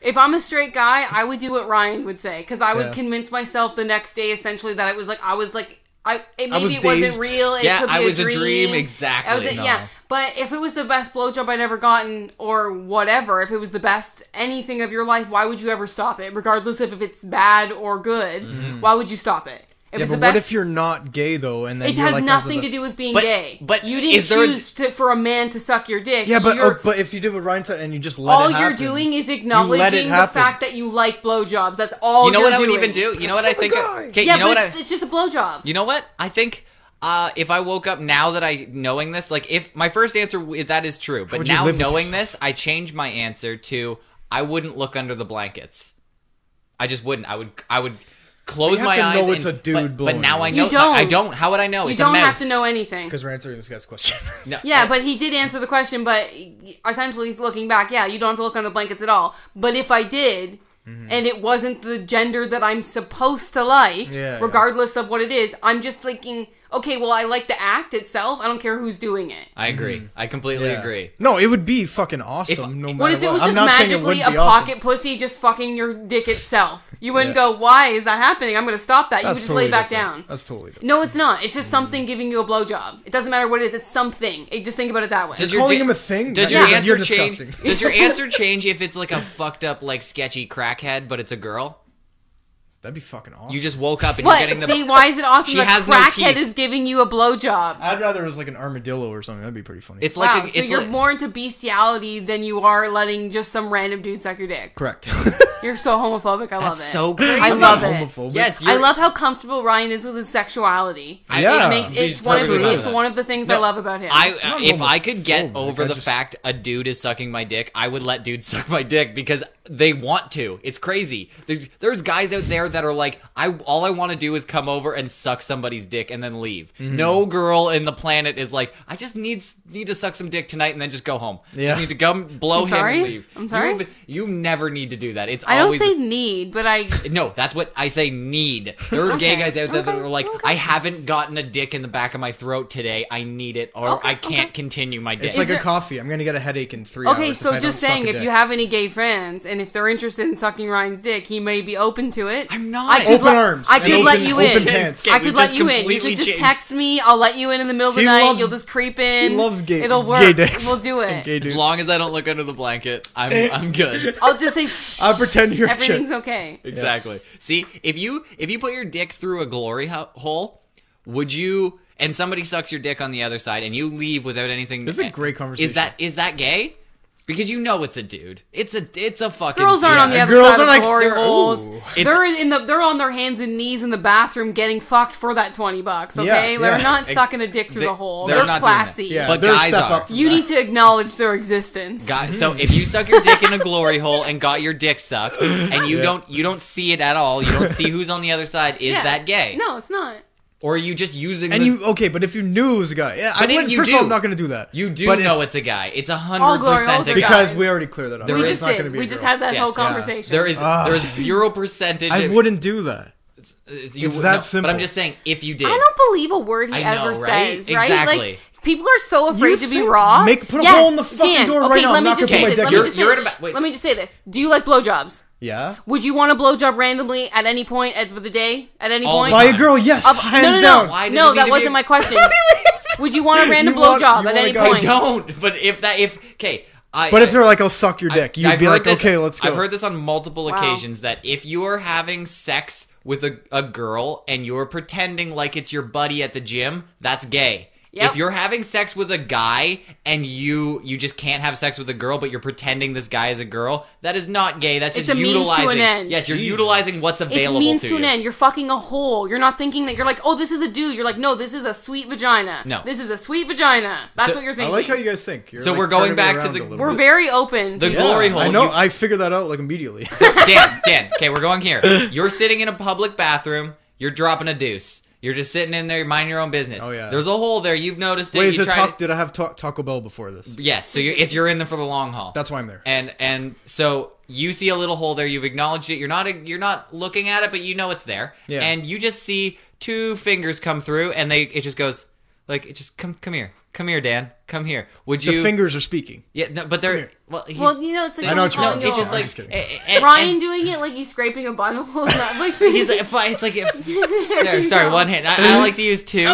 S1: if I'm a straight guy, I would do what Ryan would say because I would
S3: Yeah.
S1: convince myself the next day essentially that it was like I was like I it, maybe
S3: was
S1: it wasn't
S3: dazed.
S1: real. It
S2: Yeah,
S1: could be
S2: I was
S1: a
S2: a
S1: dream.
S2: dream, exactly.
S1: I was a-
S2: No.
S1: Yeah, but if it was the best blowjob I'd ever gotten or whatever, if it was the best anything of your life, why would you ever stop it? Regardless of if it's bad or good,
S2: Mm-hmm.
S1: why would you stop it? If
S3: Yeah,
S1: it's
S3: but
S1: the best,
S3: what if you're not gay though, and then
S1: it
S3: you're
S1: has
S3: like, that's the
S1: nothing to
S3: best-
S1: do with being
S2: But-
S1: gay.
S2: but
S1: you didn't
S2: is there a-
S1: choose to, for a man to suck your dick.
S3: Yeah, but
S1: You're-
S3: oh, but if you did what Ryan said and you just let
S1: all
S3: it
S1: you're
S3: happen,
S1: doing is
S3: let it
S1: acknowledging the
S3: happen.
S1: fact that you like blowjobs. That's all.
S2: You know
S1: Oh, you're
S2: what I would
S1: doing.
S2: even do? You know what I
S3: That's
S2: think?
S3: the guy.
S2: Okay,
S1: Yeah,
S2: you know
S1: but
S2: what I,
S1: it's, it's just a blowjob.
S2: You know what? I think uh, if I woke up now that I knowing this, like if my first answer w- that is true, but
S3: would you
S2: now
S3: live with
S2: knowing
S3: yourself?
S2: this, I changed my answer to I wouldn't look under the blankets. I just wouldn't. I would. I would close
S3: have
S2: my
S3: to
S2: eyes.
S3: know
S2: and-
S3: it's a dude
S2: but, but
S3: blowing
S2: now
S3: you.
S2: I
S3: You
S2: know.
S1: don't.
S2: I don't. How would I know?
S1: You
S2: it's
S1: don't
S2: a mouth.
S1: have to know anything.
S3: because we're answering this guy's question.
S2: No.
S1: Yeah, but he did answer the question. But essentially, looking back, yeah, you don't have to look under blankets at all. But if I did,
S2: Mm-hmm.
S1: and it wasn't the gender that I'm supposed to like,
S3: Yeah, yeah.
S1: regardless of what it is, I'm just thinking, okay, well, I like the act itself. I don't care who's doing it.
S2: I agree. I completely
S3: Mm. Yeah.
S2: agree.
S3: No, it would be fucking awesome. no matter
S1: What if it was
S3: I'm
S1: just
S3: not saying it
S1: magically a
S3: wouldn't be awesome.
S1: pocket pussy just fucking your dick itself? You wouldn't
S3: Yeah.
S1: go, why is that happening? I'm gonna stop that. you would
S3: That's
S1: just
S3: totally
S1: lay back
S3: different.
S1: down.
S3: That's Mm. totally different.
S1: no, it's not. It's just something giving you a blowjob. It doesn't matter what it is. It's something. It- just think about it that way.
S2: Does
S3: You're
S2: your
S3: calling
S2: da-
S3: him a thing?
S2: Does
S3: Yeah.
S2: your
S3: Because
S2: answer
S3: you're
S2: change?
S3: disgusting.
S2: Does your answer change if it's like a fucked up, like sketchy crackhead, but it's a girl?
S3: That'd be fucking awesome.
S2: You just woke up and you're
S1: What?
S2: getting the
S1: See, why is it awesome
S2: She
S1: that
S2: has no
S1: crackhead
S2: teeth.
S1: is giving you a blowjob?
S3: I'd rather it was like an armadillo or something. That'd be pretty funny.
S2: It's
S1: Wow,
S2: like a,
S1: so
S2: it's
S1: you're
S2: like,
S1: more into bestiality than you are letting just some random dude suck your dick.
S3: correct.
S1: You're so homophobic. I love it.
S2: that's so crazy.
S1: I love it.
S3: Homophobic.
S2: Yes,
S1: I
S2: you're-
S1: love how comfortable Ryan is with his sexuality.
S2: I-
S3: Yeah.
S1: It makes,
S2: He's
S1: it's one of
S2: perfect
S1: the,
S2: about
S1: it's
S2: that.
S1: one of the things I
S2: No,
S1: love about him.
S2: I uh,
S3: not
S2: if I could get
S3: homophobic,
S2: over
S3: I
S2: the
S3: just-
S2: fact a dude is sucking my dick, I would let dudes suck my dick because they want to. It's crazy. There's there's guys out there that are like, I all I want to do is come over and suck somebody's dick and then leave.
S3: Mm-hmm.
S2: No girl in the planet is like, I just need s- need to suck some dick tonight and then just go home.
S3: Yeah.
S2: Just need to come blow
S1: I'm
S2: him
S1: sorry?
S2: and leave.
S1: I'm sorry?
S2: You, you never need to do that. It's
S1: I don't
S2: always
S1: say need, but I
S2: no, that's what I say need. There are
S1: Okay.
S2: gay guys out there that
S1: Okay.
S2: are like,
S1: Okay.
S2: I haven't gotten a dick in the back of my throat today. I need it, or
S1: Okay.
S2: I can't
S1: Okay.
S2: continue my dick.
S3: It's like
S1: there-
S3: a coffee. I'm gonna get a headache in three hours.
S1: okay.
S3: if I
S1: So
S3: don't
S1: just
S3: suck
S1: saying,
S3: a
S1: if
S3: dick.
S1: you have any gay friends and if they're interested in sucking Ryan's dick, he may be open to it.
S2: I'm not.
S1: I could
S3: Open
S1: let-
S3: arms
S1: I
S3: and
S1: could
S3: open-
S1: let you
S3: open
S1: in.
S3: pants.
S1: I
S2: Okay, we
S1: could let
S2: just
S1: you in. You
S2: completely
S1: could just
S2: changed-
S1: text me. I'll let you in in the middle of the
S3: He
S1: night.
S3: loves-
S1: You'll just creep in.
S3: he loves gay.
S1: It'll work.
S3: Gay dicks.
S1: We'll do
S3: and gay
S1: it.
S2: as
S3: dudes.
S2: long as I don't look under the blanket, I'm I'm good.
S1: I'll just say. Shh,
S3: I'll pretend you're a chick.
S1: everything's okay.
S2: Exactly. See, if you if you put your dick through a glory ho- hole, would you? And somebody sucks your dick on the other side, and you leave without anything. eh,
S3: This is a great
S2: Is
S3: conversation.
S2: that is that gay? Because you know it's a dude. It's a it's a fucking
S1: Girls aren't
S2: dude.
S1: on the other
S3: girls
S1: side
S3: are
S1: of
S3: like,
S1: glory
S3: "Ooh."
S1: holes.
S2: It's-
S1: They're in the they're on their hands and knees in the bathroom getting fucked for that twenty bucks.
S3: Yeah,
S1: Okay, they're
S3: yeah.
S1: not
S2: Ex-
S1: sucking a dick through
S2: They-
S1: the hole.
S2: they're
S1: They're,
S2: not doing that.
S1: classy.
S3: yeah,
S2: but
S3: there's
S2: guys
S3: step
S2: are.
S3: up. from
S1: You
S3: that.
S1: need to acknowledge their existence.
S2: Got, so if you stuck your dick in a glory hole and got your dick sucked and you
S3: Yeah.
S2: don't you don't see it at all, you don't see who's on the other side, is
S1: Yeah.
S2: that gay?
S1: No, it's not.
S2: Or are you just using
S3: And
S2: the,
S3: you okay, but if you knew it was a guy, yeah, I
S2: But if
S3: wouldn't.
S2: you
S3: First of all,
S2: do-
S3: I'm not gonna do that.
S2: you do
S3: But
S2: know
S3: if-
S2: it's a guy. It's a
S1: All
S2: hundred
S1: glory holes
S2: percent
S1: are
S2: a guy.
S1: guys.
S3: because we already cleared that up.
S2: There
S1: We
S2: is-
S3: It's
S1: just
S3: not gonna
S1: did.
S3: be a
S1: We just
S3: girl.
S1: had that
S2: Yes.
S1: whole
S2: Yeah.
S1: conversation.
S2: There is
S3: Ah.
S2: there is zero percentage.
S3: I
S2: of- uh,
S3: wouldn't do that.
S2: You,
S3: it's that
S2: But
S3: simple.
S2: I'm just saying, if you did,
S1: I don't believe a word he
S2: I know,
S1: ever
S2: right?
S1: says, right?
S2: Exactly.
S1: Like people are so afraid to be
S3: think-
S1: raw.
S3: make- put a
S1: Yes,
S3: hole in the fucking
S1: Dan,
S3: door
S1: okay,
S3: right now.
S1: Let
S3: I'm
S1: me
S3: not
S1: just
S3: gonna
S1: say
S3: put my
S1: this.
S3: dick
S1: Let
S3: in
S1: me
S3: it.
S1: just
S2: You're- you're
S1: say
S2: in
S1: this.
S2: about- wait.
S1: Let me just say this. Do you like blowjobs?
S3: Yeah.
S1: Would you want a blowjob randomly at any point of the day? At any
S2: All
S1: point?
S2: the
S3: By a
S2: time.
S3: girl, yes,
S1: Of-
S3: hands
S1: no, no, no.
S3: down.
S2: Why does it
S1: no,
S2: need to
S1: that
S2: be
S1: wasn't
S2: a-
S1: my question. Would you want a random
S3: You
S1: blowjob
S3: want- you
S1: at
S3: want a
S1: any
S3: guy-
S2: I
S1: point?
S2: don't. But if that if okay, I
S3: But if they're like, "I'll suck your dick," you'd
S2: I've
S3: be
S2: heard
S3: like,
S2: this-
S3: "Okay, let's go."
S2: I've heard this on multiple occasions that if you are having sex with a, a girl and you're pretending like it's your buddy at the gym, that's gay.
S1: Yep.
S2: If you're having sex with a guy and you you just can't have sex with a girl, but you're pretending this guy is a girl, that is not gay. That's
S1: It's
S2: just
S1: a means to an
S2: utilizing.
S1: end.
S2: Yes, you're
S3: Jesus.
S2: utilizing what's
S1: It's
S2: available
S1: means
S2: to,
S1: to,
S2: you.
S1: an end. You're fucking a hole. You're not thinking that you're like, oh, this is a dude. You're like, no, this is a sweet vagina.
S2: No.
S1: this is a sweet vagina. That's
S2: So-
S1: what you're
S3: I
S1: thinking.
S3: like how you guys think. You're
S2: So
S3: like
S2: we're going
S3: turning it
S2: back to
S3: around
S2: the-
S3: a little
S1: We're
S3: bit.
S1: very open.
S2: The
S3: Yeah,
S2: glory hole.
S3: I know.
S2: You-
S3: I figured that out like immediately.
S2: So Dan, Dan, okay, we're going here. You're sitting in a public bathroom. You're dropping a deuce. You're just sitting in there, mind your own business.
S3: Oh, yeah.
S2: There's a hole there. You've noticed it.
S3: Wait, is
S2: you
S3: it
S2: tried
S3: talk, did I have ta- Taco Bell before this?
S2: Yes, so you're, it's you're in there for the long haul.
S3: That's why I'm there.
S2: And and so you see a little hole there. You've acknowledged it. You're not you're not looking at it, but you know it's there.
S3: Yeah.
S2: And you just see two fingers come through, and they it just goes like it just come come here, come here, Dan, come here. Would
S3: The
S2: you?
S3: fingers are speaking.
S2: yeah, no, but they're
S3: here.
S2: well. He's,
S1: well, you know, it's like
S3: I know
S1: I'm
S3: what you mean.
S1: calling
S3: No,
S1: you
S2: it's
S3: Oh,
S2: just
S1: all-
S3: I'm
S2: like
S3: just kidding.
S2: eh, eh, eh,
S1: Ryan doing it like he's scraping a butthole. not like
S2: He's like, if I- it's like if, there,
S1: you
S2: sorry,
S1: go.
S2: one hand. I, I like to use two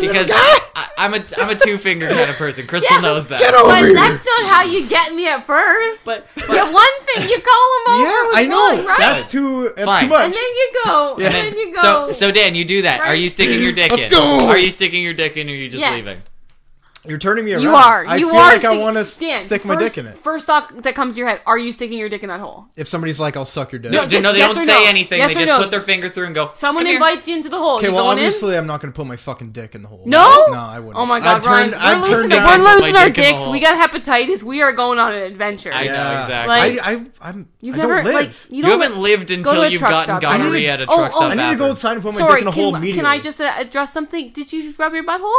S2: because I, I'm a I'm a two finger kind of person. Crystal
S1: Yeah,
S2: knows that.
S3: get over
S1: But
S3: here.
S1: that's not how you get me at first.
S2: But- but-
S1: the one thing you call him over
S3: Yeah,
S1: was
S3: I know.
S1: wrong, right?
S3: That's too. That's
S2: Fine.
S3: too
S1: and
S3: much.
S1: then you go. And then you go.
S2: So, so Dan, you do that. Are
S1: Right.
S2: you sticking your dick
S3: Let's
S2: in?
S3: go.
S2: Are you sticking your dick in, or are you just
S1: Yes.
S2: leaving?
S3: You're turning me around.
S1: You are.
S3: I
S1: you
S3: feel
S1: are
S3: like I
S1: sticking-
S3: want to
S1: Dan,
S3: stick my
S1: first-
S3: dick in it.
S1: First thought that comes to your head: Are you sticking your dick in that hole?
S3: If somebody's like, "I'll suck your dick,"
S2: No,
S1: No, just
S2: no, they
S1: yes
S2: don't
S1: or
S2: say
S1: no.
S2: anything.
S1: Yes
S2: they
S1: or
S2: just
S1: no.
S2: put their finger through and go.
S1: Someone
S2: "Come here."
S1: invites you into the hole.
S3: Okay,
S1: you
S3: well,
S1: going in?
S3: obviously, I'm not going to put my fucking dick in the hole.
S1: No.
S3: no, I wouldn't.
S1: Oh my
S3: I'd
S1: god,
S3: turn-
S1: Ryan,
S3: I'd
S1: we're
S3: turn
S1: losing,
S3: down-
S1: we're
S2: my
S1: losing our
S2: dick in the
S1: dicks.
S2: hole.
S1: We got hepatitis. We are going on an adventure.
S2: I know.
S3: Yeah,
S2: exactly.
S1: Like-
S3: I, I, I'm.
S1: You've
S3: I
S1: never
S3: don't live.
S1: like you,
S2: You
S1: don't
S2: haven't
S1: live-
S2: lived
S1: go to
S2: until
S1: a
S2: you've
S1: truck
S2: gotten
S1: stop. I need to-
S2: gonorrhea at a
S1: oh,
S2: truck
S1: oh,
S2: stop
S3: I need to go
S2: bathroom.
S3: outside and put my
S1: Sorry,
S3: dick in a
S1: can,
S3: hole
S1: can
S3: immediately.
S1: I just uh, address something? Did you rub your butthole?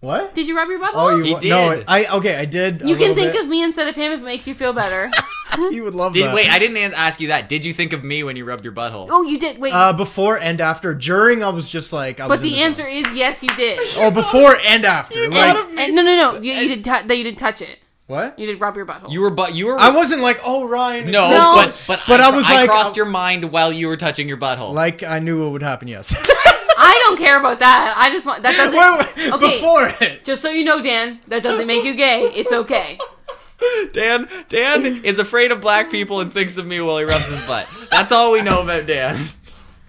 S3: What?
S1: Did you rub your butthole?
S3: Oh, you
S2: He
S3: wa- no.
S2: did.
S3: I okay. I did.
S1: You can think of me instead of him if it makes you feel better.
S3: of. You would love
S2: Did,
S3: that.
S2: wait, I didn't an- ask you that. Did you think of me when you rubbed your butthole?
S1: oh, you did. Wait,
S3: Uh, before and after. During, I was just like. I
S1: but
S3: was in
S1: the
S3: zone.
S1: answer is yes, you did.
S3: Oh, before and after. Like
S1: And- and- no, no, no. You, you did. T- that you did touch it.
S3: what?
S1: You did rub your butthole.
S2: You were, but you were.
S3: I wasn't like, oh, Ryan.
S2: no,
S1: No.
S2: but but,
S3: But
S2: I,
S3: I was
S2: I
S3: like- uh,
S2: crossed your mind while you were touching your butthole.
S3: Like I knew what would happen. Yes.
S1: I don't care about that. I just want that doesn't.
S3: Wait, wait,
S1: okay,
S3: Before it.
S1: just so you know, Dan, that doesn't make you gay. It's okay.
S2: Dan, Dan is afraid of black people and thinks of me while he rubs his butt. That's all we know about Dan.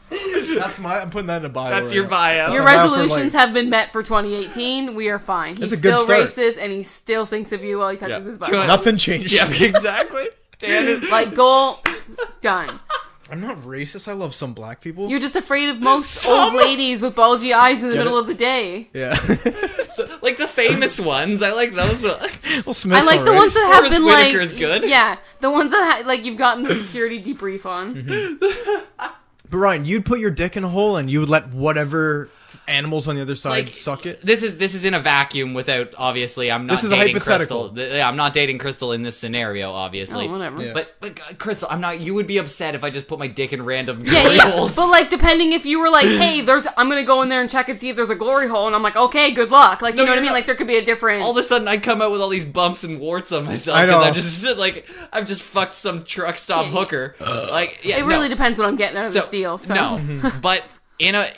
S3: That's my. I'm putting that in a bio.
S4: That's
S3: right
S4: your
S3: now.
S4: bio.
S3: That's
S1: Your
S3: a bio for
S1: resolutions
S3: life.
S1: have been met for 2018. We are fine. He's
S3: a good
S1: still
S3: start.
S1: racist, and he still thinks of you while he touches
S2: Yeah.
S1: his
S2: Do
S1: butt.
S2: it.
S3: Nothing changed.
S4: yeah, exactly. Dan,
S1: Like goal, done.
S3: I'm not racist. I love some black people.
S1: You're just afraid of most old ladies with bulgy eyes in the
S3: Get
S1: middle
S3: it?
S1: of the day.
S3: yeah.
S2: like the famous ones. I like those. ones.
S3: well,
S1: I
S3: Smith's
S1: like the
S3: alright.
S1: ones that have
S2: Forrest
S1: been
S2: Whitaker's
S1: like,
S2: good.
S1: yeah, the ones that ha- like you've gotten the security debrief on.
S3: But Ryan, you'd put your dick in a hole and you would let whatever animals on the other side
S2: Like,
S3: suck it.
S2: This is this is in a vacuum without obviously. I'm not.
S3: This is a
S2: dating
S3: hypothetical.
S2: Crystal. Th- yeah, I'm not dating Crystal in this scenario, obviously.
S1: Oh, whatever.
S3: Yeah.
S2: But, but uh, Crystal, I'm not. You would be upset if I just put my dick in random
S1: Yeah,
S2: glory
S1: yeah.
S2: holes.
S1: But like, depending if you were like, "Hey, there's," I'm gonna go in there and check and see if there's a glory hole, and I'm like, "Okay, good luck." Like, you know what I
S2: you're
S1: mean?
S2: not-
S1: Like, there could be a different.
S2: all of a sudden, I come out with all these bumps and warts on myself
S3: I
S2: because
S3: know.
S2: I just like I've just fucked some truck stop
S1: Yeah, yeah.
S2: hooker. Like yeah,
S1: it really
S2: no.
S1: depends what I'm getting out of
S2: So-
S1: this deal. So
S2: no, but in a i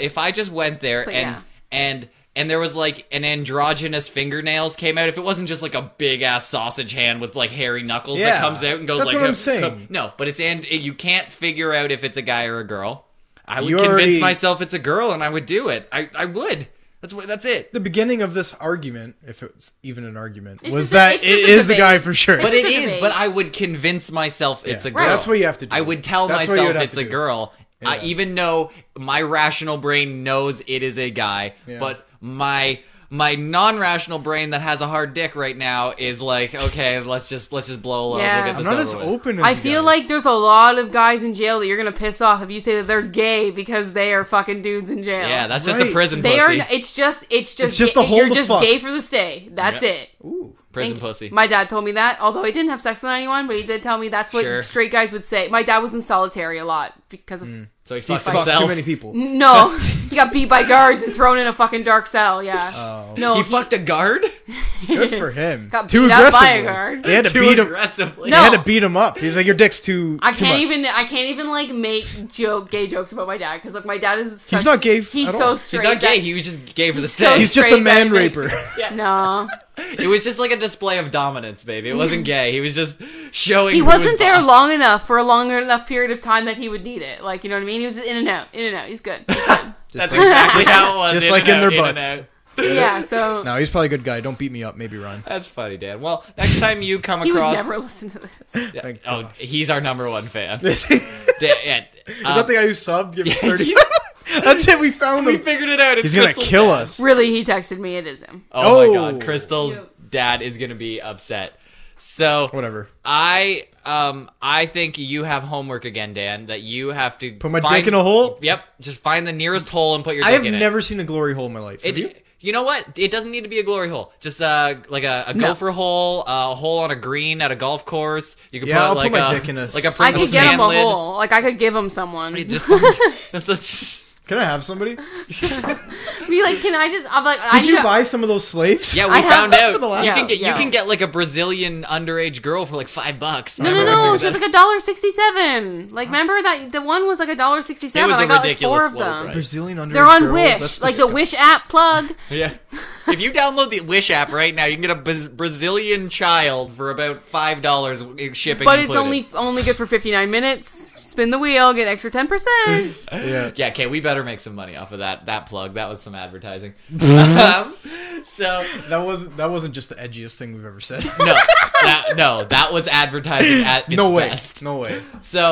S2: if I just went there
S1: But
S2: and
S1: yeah.
S2: and and there was like an androgynous fingernails came out. If it wasn't just like a big ass sausage hand with like hairy knuckles that
S3: Yeah.
S2: comes out and goes
S3: That's
S2: like
S3: what I'm
S2: uh,
S3: saying.
S2: come- no, but it's and you can't figure out if it's a guy or a girl. I would
S3: You
S2: convince
S3: already-
S2: myself it's a girl and I would do it. I I would. That's what that's it.
S3: the beginning of this argument, if it's even an argument,
S1: It's
S3: was
S1: just a-
S3: that
S1: it's
S3: it
S1: just a
S3: is a guy
S1: debate.
S3: for sure.
S2: But
S1: It's
S2: it
S1: a
S2: is.
S1: debate.
S2: But I would convince myself it's a
S3: Yeah.
S2: girl.
S3: That's what you have to do.
S2: I would tell
S3: That's what you
S2: myself
S3: would have
S2: it's
S3: to
S2: a
S3: do.
S2: girl, I,
S3: Yeah.
S2: even though my rational brain knows it is a guy.
S3: Yeah.
S2: But my my non-rational brain that has a hard dick right now is like, okay, let's just let's just blow a load.
S1: Yeah.
S2: We'll get
S1: I'm
S3: I'm
S2: this
S3: not
S2: over
S3: as
S2: with.
S3: open as
S1: I
S3: you
S1: feel
S3: guys.
S1: like there's a lot of guys in jail that you're gonna piss off if you say that they're gay because they are fucking dudes in jail.
S2: Yeah, that's just a
S3: Right.
S2: prison
S1: they
S2: pussy.
S1: are. It's just. It's just.
S3: It's just
S1: ga-
S3: a hole
S1: You're
S3: to
S1: just
S3: fuck.
S1: gay for the stay. That's
S2: Yeah.
S1: it.
S3: Ooh.
S2: prison
S1: Thank-
S2: pussy.
S1: My dad told me that, although he didn't have sex with anyone, but he did tell me that's what
S2: Sure.
S1: straight guys would say. My dad was in solitary a lot because of
S3: Mm.
S2: so he
S3: He
S2: fucked
S3: fucked
S2: himself.
S3: too many people.
S1: no, he got beat by guards and thrown in a fucking dark cell. Yeah,
S3: Oh.
S1: no,
S2: He
S1: he
S2: fucked a guard
S3: Good for him.
S1: Got
S3: too
S1: beat up by a
S3: aggressively.
S1: guard.
S3: They had to
S2: too
S3: beat him.
S2: aggressively.
S3: They
S1: No.
S3: had to beat him up. He's like, your dick's too.
S1: I
S3: too
S1: can't
S3: much."
S1: even. I can't even like make joke gay jokes about my dad because like my dad is. Such,
S3: not gay f-
S1: He's
S3: at
S1: so
S3: all. He's
S1: straight.
S2: He's not gay.
S1: that-
S2: He was just gay for the
S1: so
S2: stay.
S3: He's just a
S1: straight that
S3: man
S1: he makes-
S3: raper.
S1: no,
S2: It was just like a display of dominance, baby. It wasn't gay. He was just showing.
S1: he
S2: who was
S1: wasn't there
S2: boss.
S1: long enough for a long enough period of time that he would need it. Like you know what I mean? He was in and out, in and out. He's good. He's good.
S2: That's exactly how it was.
S3: just
S2: in
S3: like
S2: and
S3: in their
S2: out, and
S3: butts.
S2: out.
S1: yeah. So
S3: No, he's probably a good guy. Don't beat me up, maybe Ryan.
S2: That's funny, Dan. Well, next time you come
S1: he would
S2: across,
S1: never listen to this.
S2: Yeah,
S3: Thank
S2: oh,
S3: God.
S2: he's our number one fan. Dan,
S3: is
S1: Uh,
S2: yeah,
S3: that
S2: um,
S3: the guy who subbed? Give him thirty.
S2: he's-
S3: That's it. We found
S2: we
S3: him.
S2: figured it out. It's
S3: He's gonna
S2: Crystal's
S3: kill
S2: dad.
S3: us.
S1: Really, he texted me. It is him.
S2: Oh, my
S3: Oh.
S2: god, Crystal's dad is gonna be upset. So
S3: Whatever.
S2: I um I think you have homework again, Dan. That you have to
S3: Put my dick in a hole.
S2: Yep, just find the nearest hole and put your.
S3: I
S2: dick
S3: have
S2: in it.
S3: never seen a glory hole in my life.
S2: It,
S3: Have you?
S2: you? know what? It doesn't need to be a glory hole. Just uh, like a, a
S1: No.
S2: gopher hole, uh, a hole on a green at a golf course. You can
S3: Yeah, I'll
S2: put
S3: put
S2: like
S3: my
S2: a
S3: dick in a
S2: like a
S3: s-
S1: I
S2: Pringle
S1: could get him
S2: span
S1: a
S2: lid.
S1: hole. Like I could give him someone.
S2: It Just that's just-
S3: Can I have somebody?
S1: Be like, can I just? I'm like, I
S3: Did
S1: need
S3: you
S1: a-
S3: buy some of those slaves?
S2: yeah, we
S1: I have-
S2: found out.
S3: For the last
S2: you can
S1: house,
S2: get you
S1: yeah.
S2: can get like a Brazilian underage girl for like five bucks.
S1: No, no,
S2: Remember when
S1: no.
S2: we
S1: She was
S2: did
S1: like a dollar sixty-seven. Like, remember that the one was like a dollar
S2: It
S1: sixty-seven.
S2: was a
S1: I got like
S2: ridiculous
S1: four of
S2: low
S1: them.
S2: price.
S3: Brazilian underage.
S1: They're on
S3: girls?
S1: Wish,
S3: That's
S1: like the
S3: disgusting.
S1: Wish app plug.
S2: that? yeah. if you download the Wish app right now, you can get a Braz- Brazilian child for about five dollars shipping.
S1: But it's
S2: included.
S1: only only good for fifty-nine minutes. Spin the wheel, get extra ten percent.
S3: Yeah.
S2: Yeah, okay, we better make some money off of that that plug. That was some advertising. um, so
S3: That wasn't that wasn't just the edgiest thing we've ever said.
S2: no, that, no, that was advertising at its
S3: no way.
S2: best.
S3: No way.
S2: So,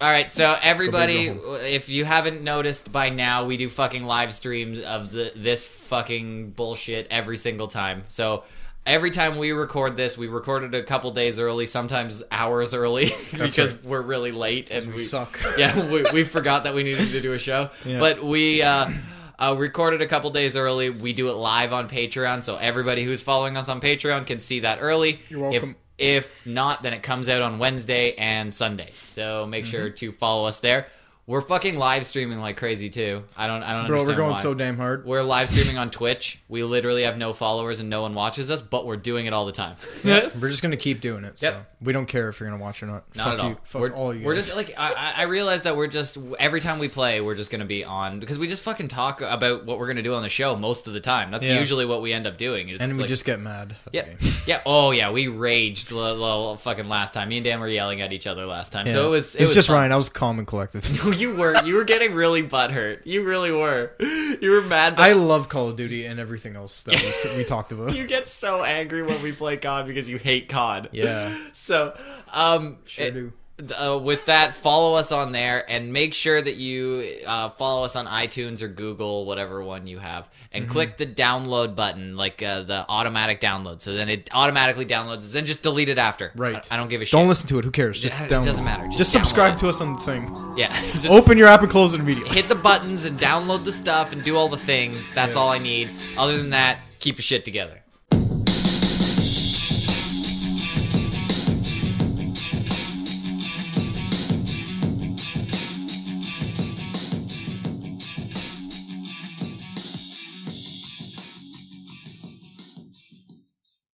S2: all right, so everybody,
S3: Go
S2: if you haven't noticed by now, we do fucking live streams of the, this fucking bullshit every single time. So. Every time we record this, we record it a couple days early, sometimes hours early, because
S3: right.
S2: we're really late and we,
S3: We suck.
S2: yeah, we, we forgot that we needed to do a show,
S3: Yeah.
S2: but we uh, uh, recorded a couple days early. We do it live on Patreon, so everybody who's following us on Patreon can see that early.
S3: You're welcome.
S2: If, if not, then it comes out on Wednesday and Sunday. So make sure to follow us there. We're fucking live streaming like crazy too. I don't. I don't.
S3: Bro, we're
S2: understand
S3: going
S2: why.
S3: so damn hard.
S2: We're live streaming on Twitch. We literally have no followers and no one watches us, but we're doing it all the time.
S3: We're just gonna keep doing it. So
S2: Yep.
S3: we don't care if you're gonna watch or not.
S2: Not
S3: Fuck
S2: at all.
S3: you. Fuck
S2: we're,
S3: all you guys.
S2: we're just like I, I- I realize that we're just every time we play, we're just gonna be on because we just fucking talk about what we're gonna do on the show most of the time. That's
S3: Yeah.
S2: usually what we end up doing. Is
S3: and we
S2: like-
S3: just get mad. at the
S2: yeah,
S3: game.
S2: yeah. Oh yeah, we raged l- l- l- fucking last time. Me and Dan were yelling at each other last time,
S3: Yeah.
S2: so it was
S3: It's just
S2: fun.
S3: Ryan. I was calm and collected.
S2: you were. You were getting really butthurt. You really were. You were mad.
S3: I love Call of Duty and everything else that we, we talked about.
S2: you get so angry when we play COD because you hate COD.
S3: Yeah.
S2: So, um,
S3: Sure
S2: it-
S3: do.
S2: uh, with that, follow us on there and make sure that you uh, follow us on iTunes or Google, whatever one you have,
S3: Mm-hmm.
S2: and click the download button, like uh, the automatic download. So then it automatically downloads. Then just delete it after.
S3: Right.
S2: I, I don't give a shit.
S3: Don't listen to it. Who cares? Just
S2: It
S3: download.
S2: doesn't matter.
S3: Just,
S2: Just
S3: subscribe
S2: download.
S3: to us on the thing.
S2: Yeah. Just
S3: Open your app and close it immediately.
S2: hit the buttons and download the stuff and do all the things. That's all I need. Other than that, keep your shit together.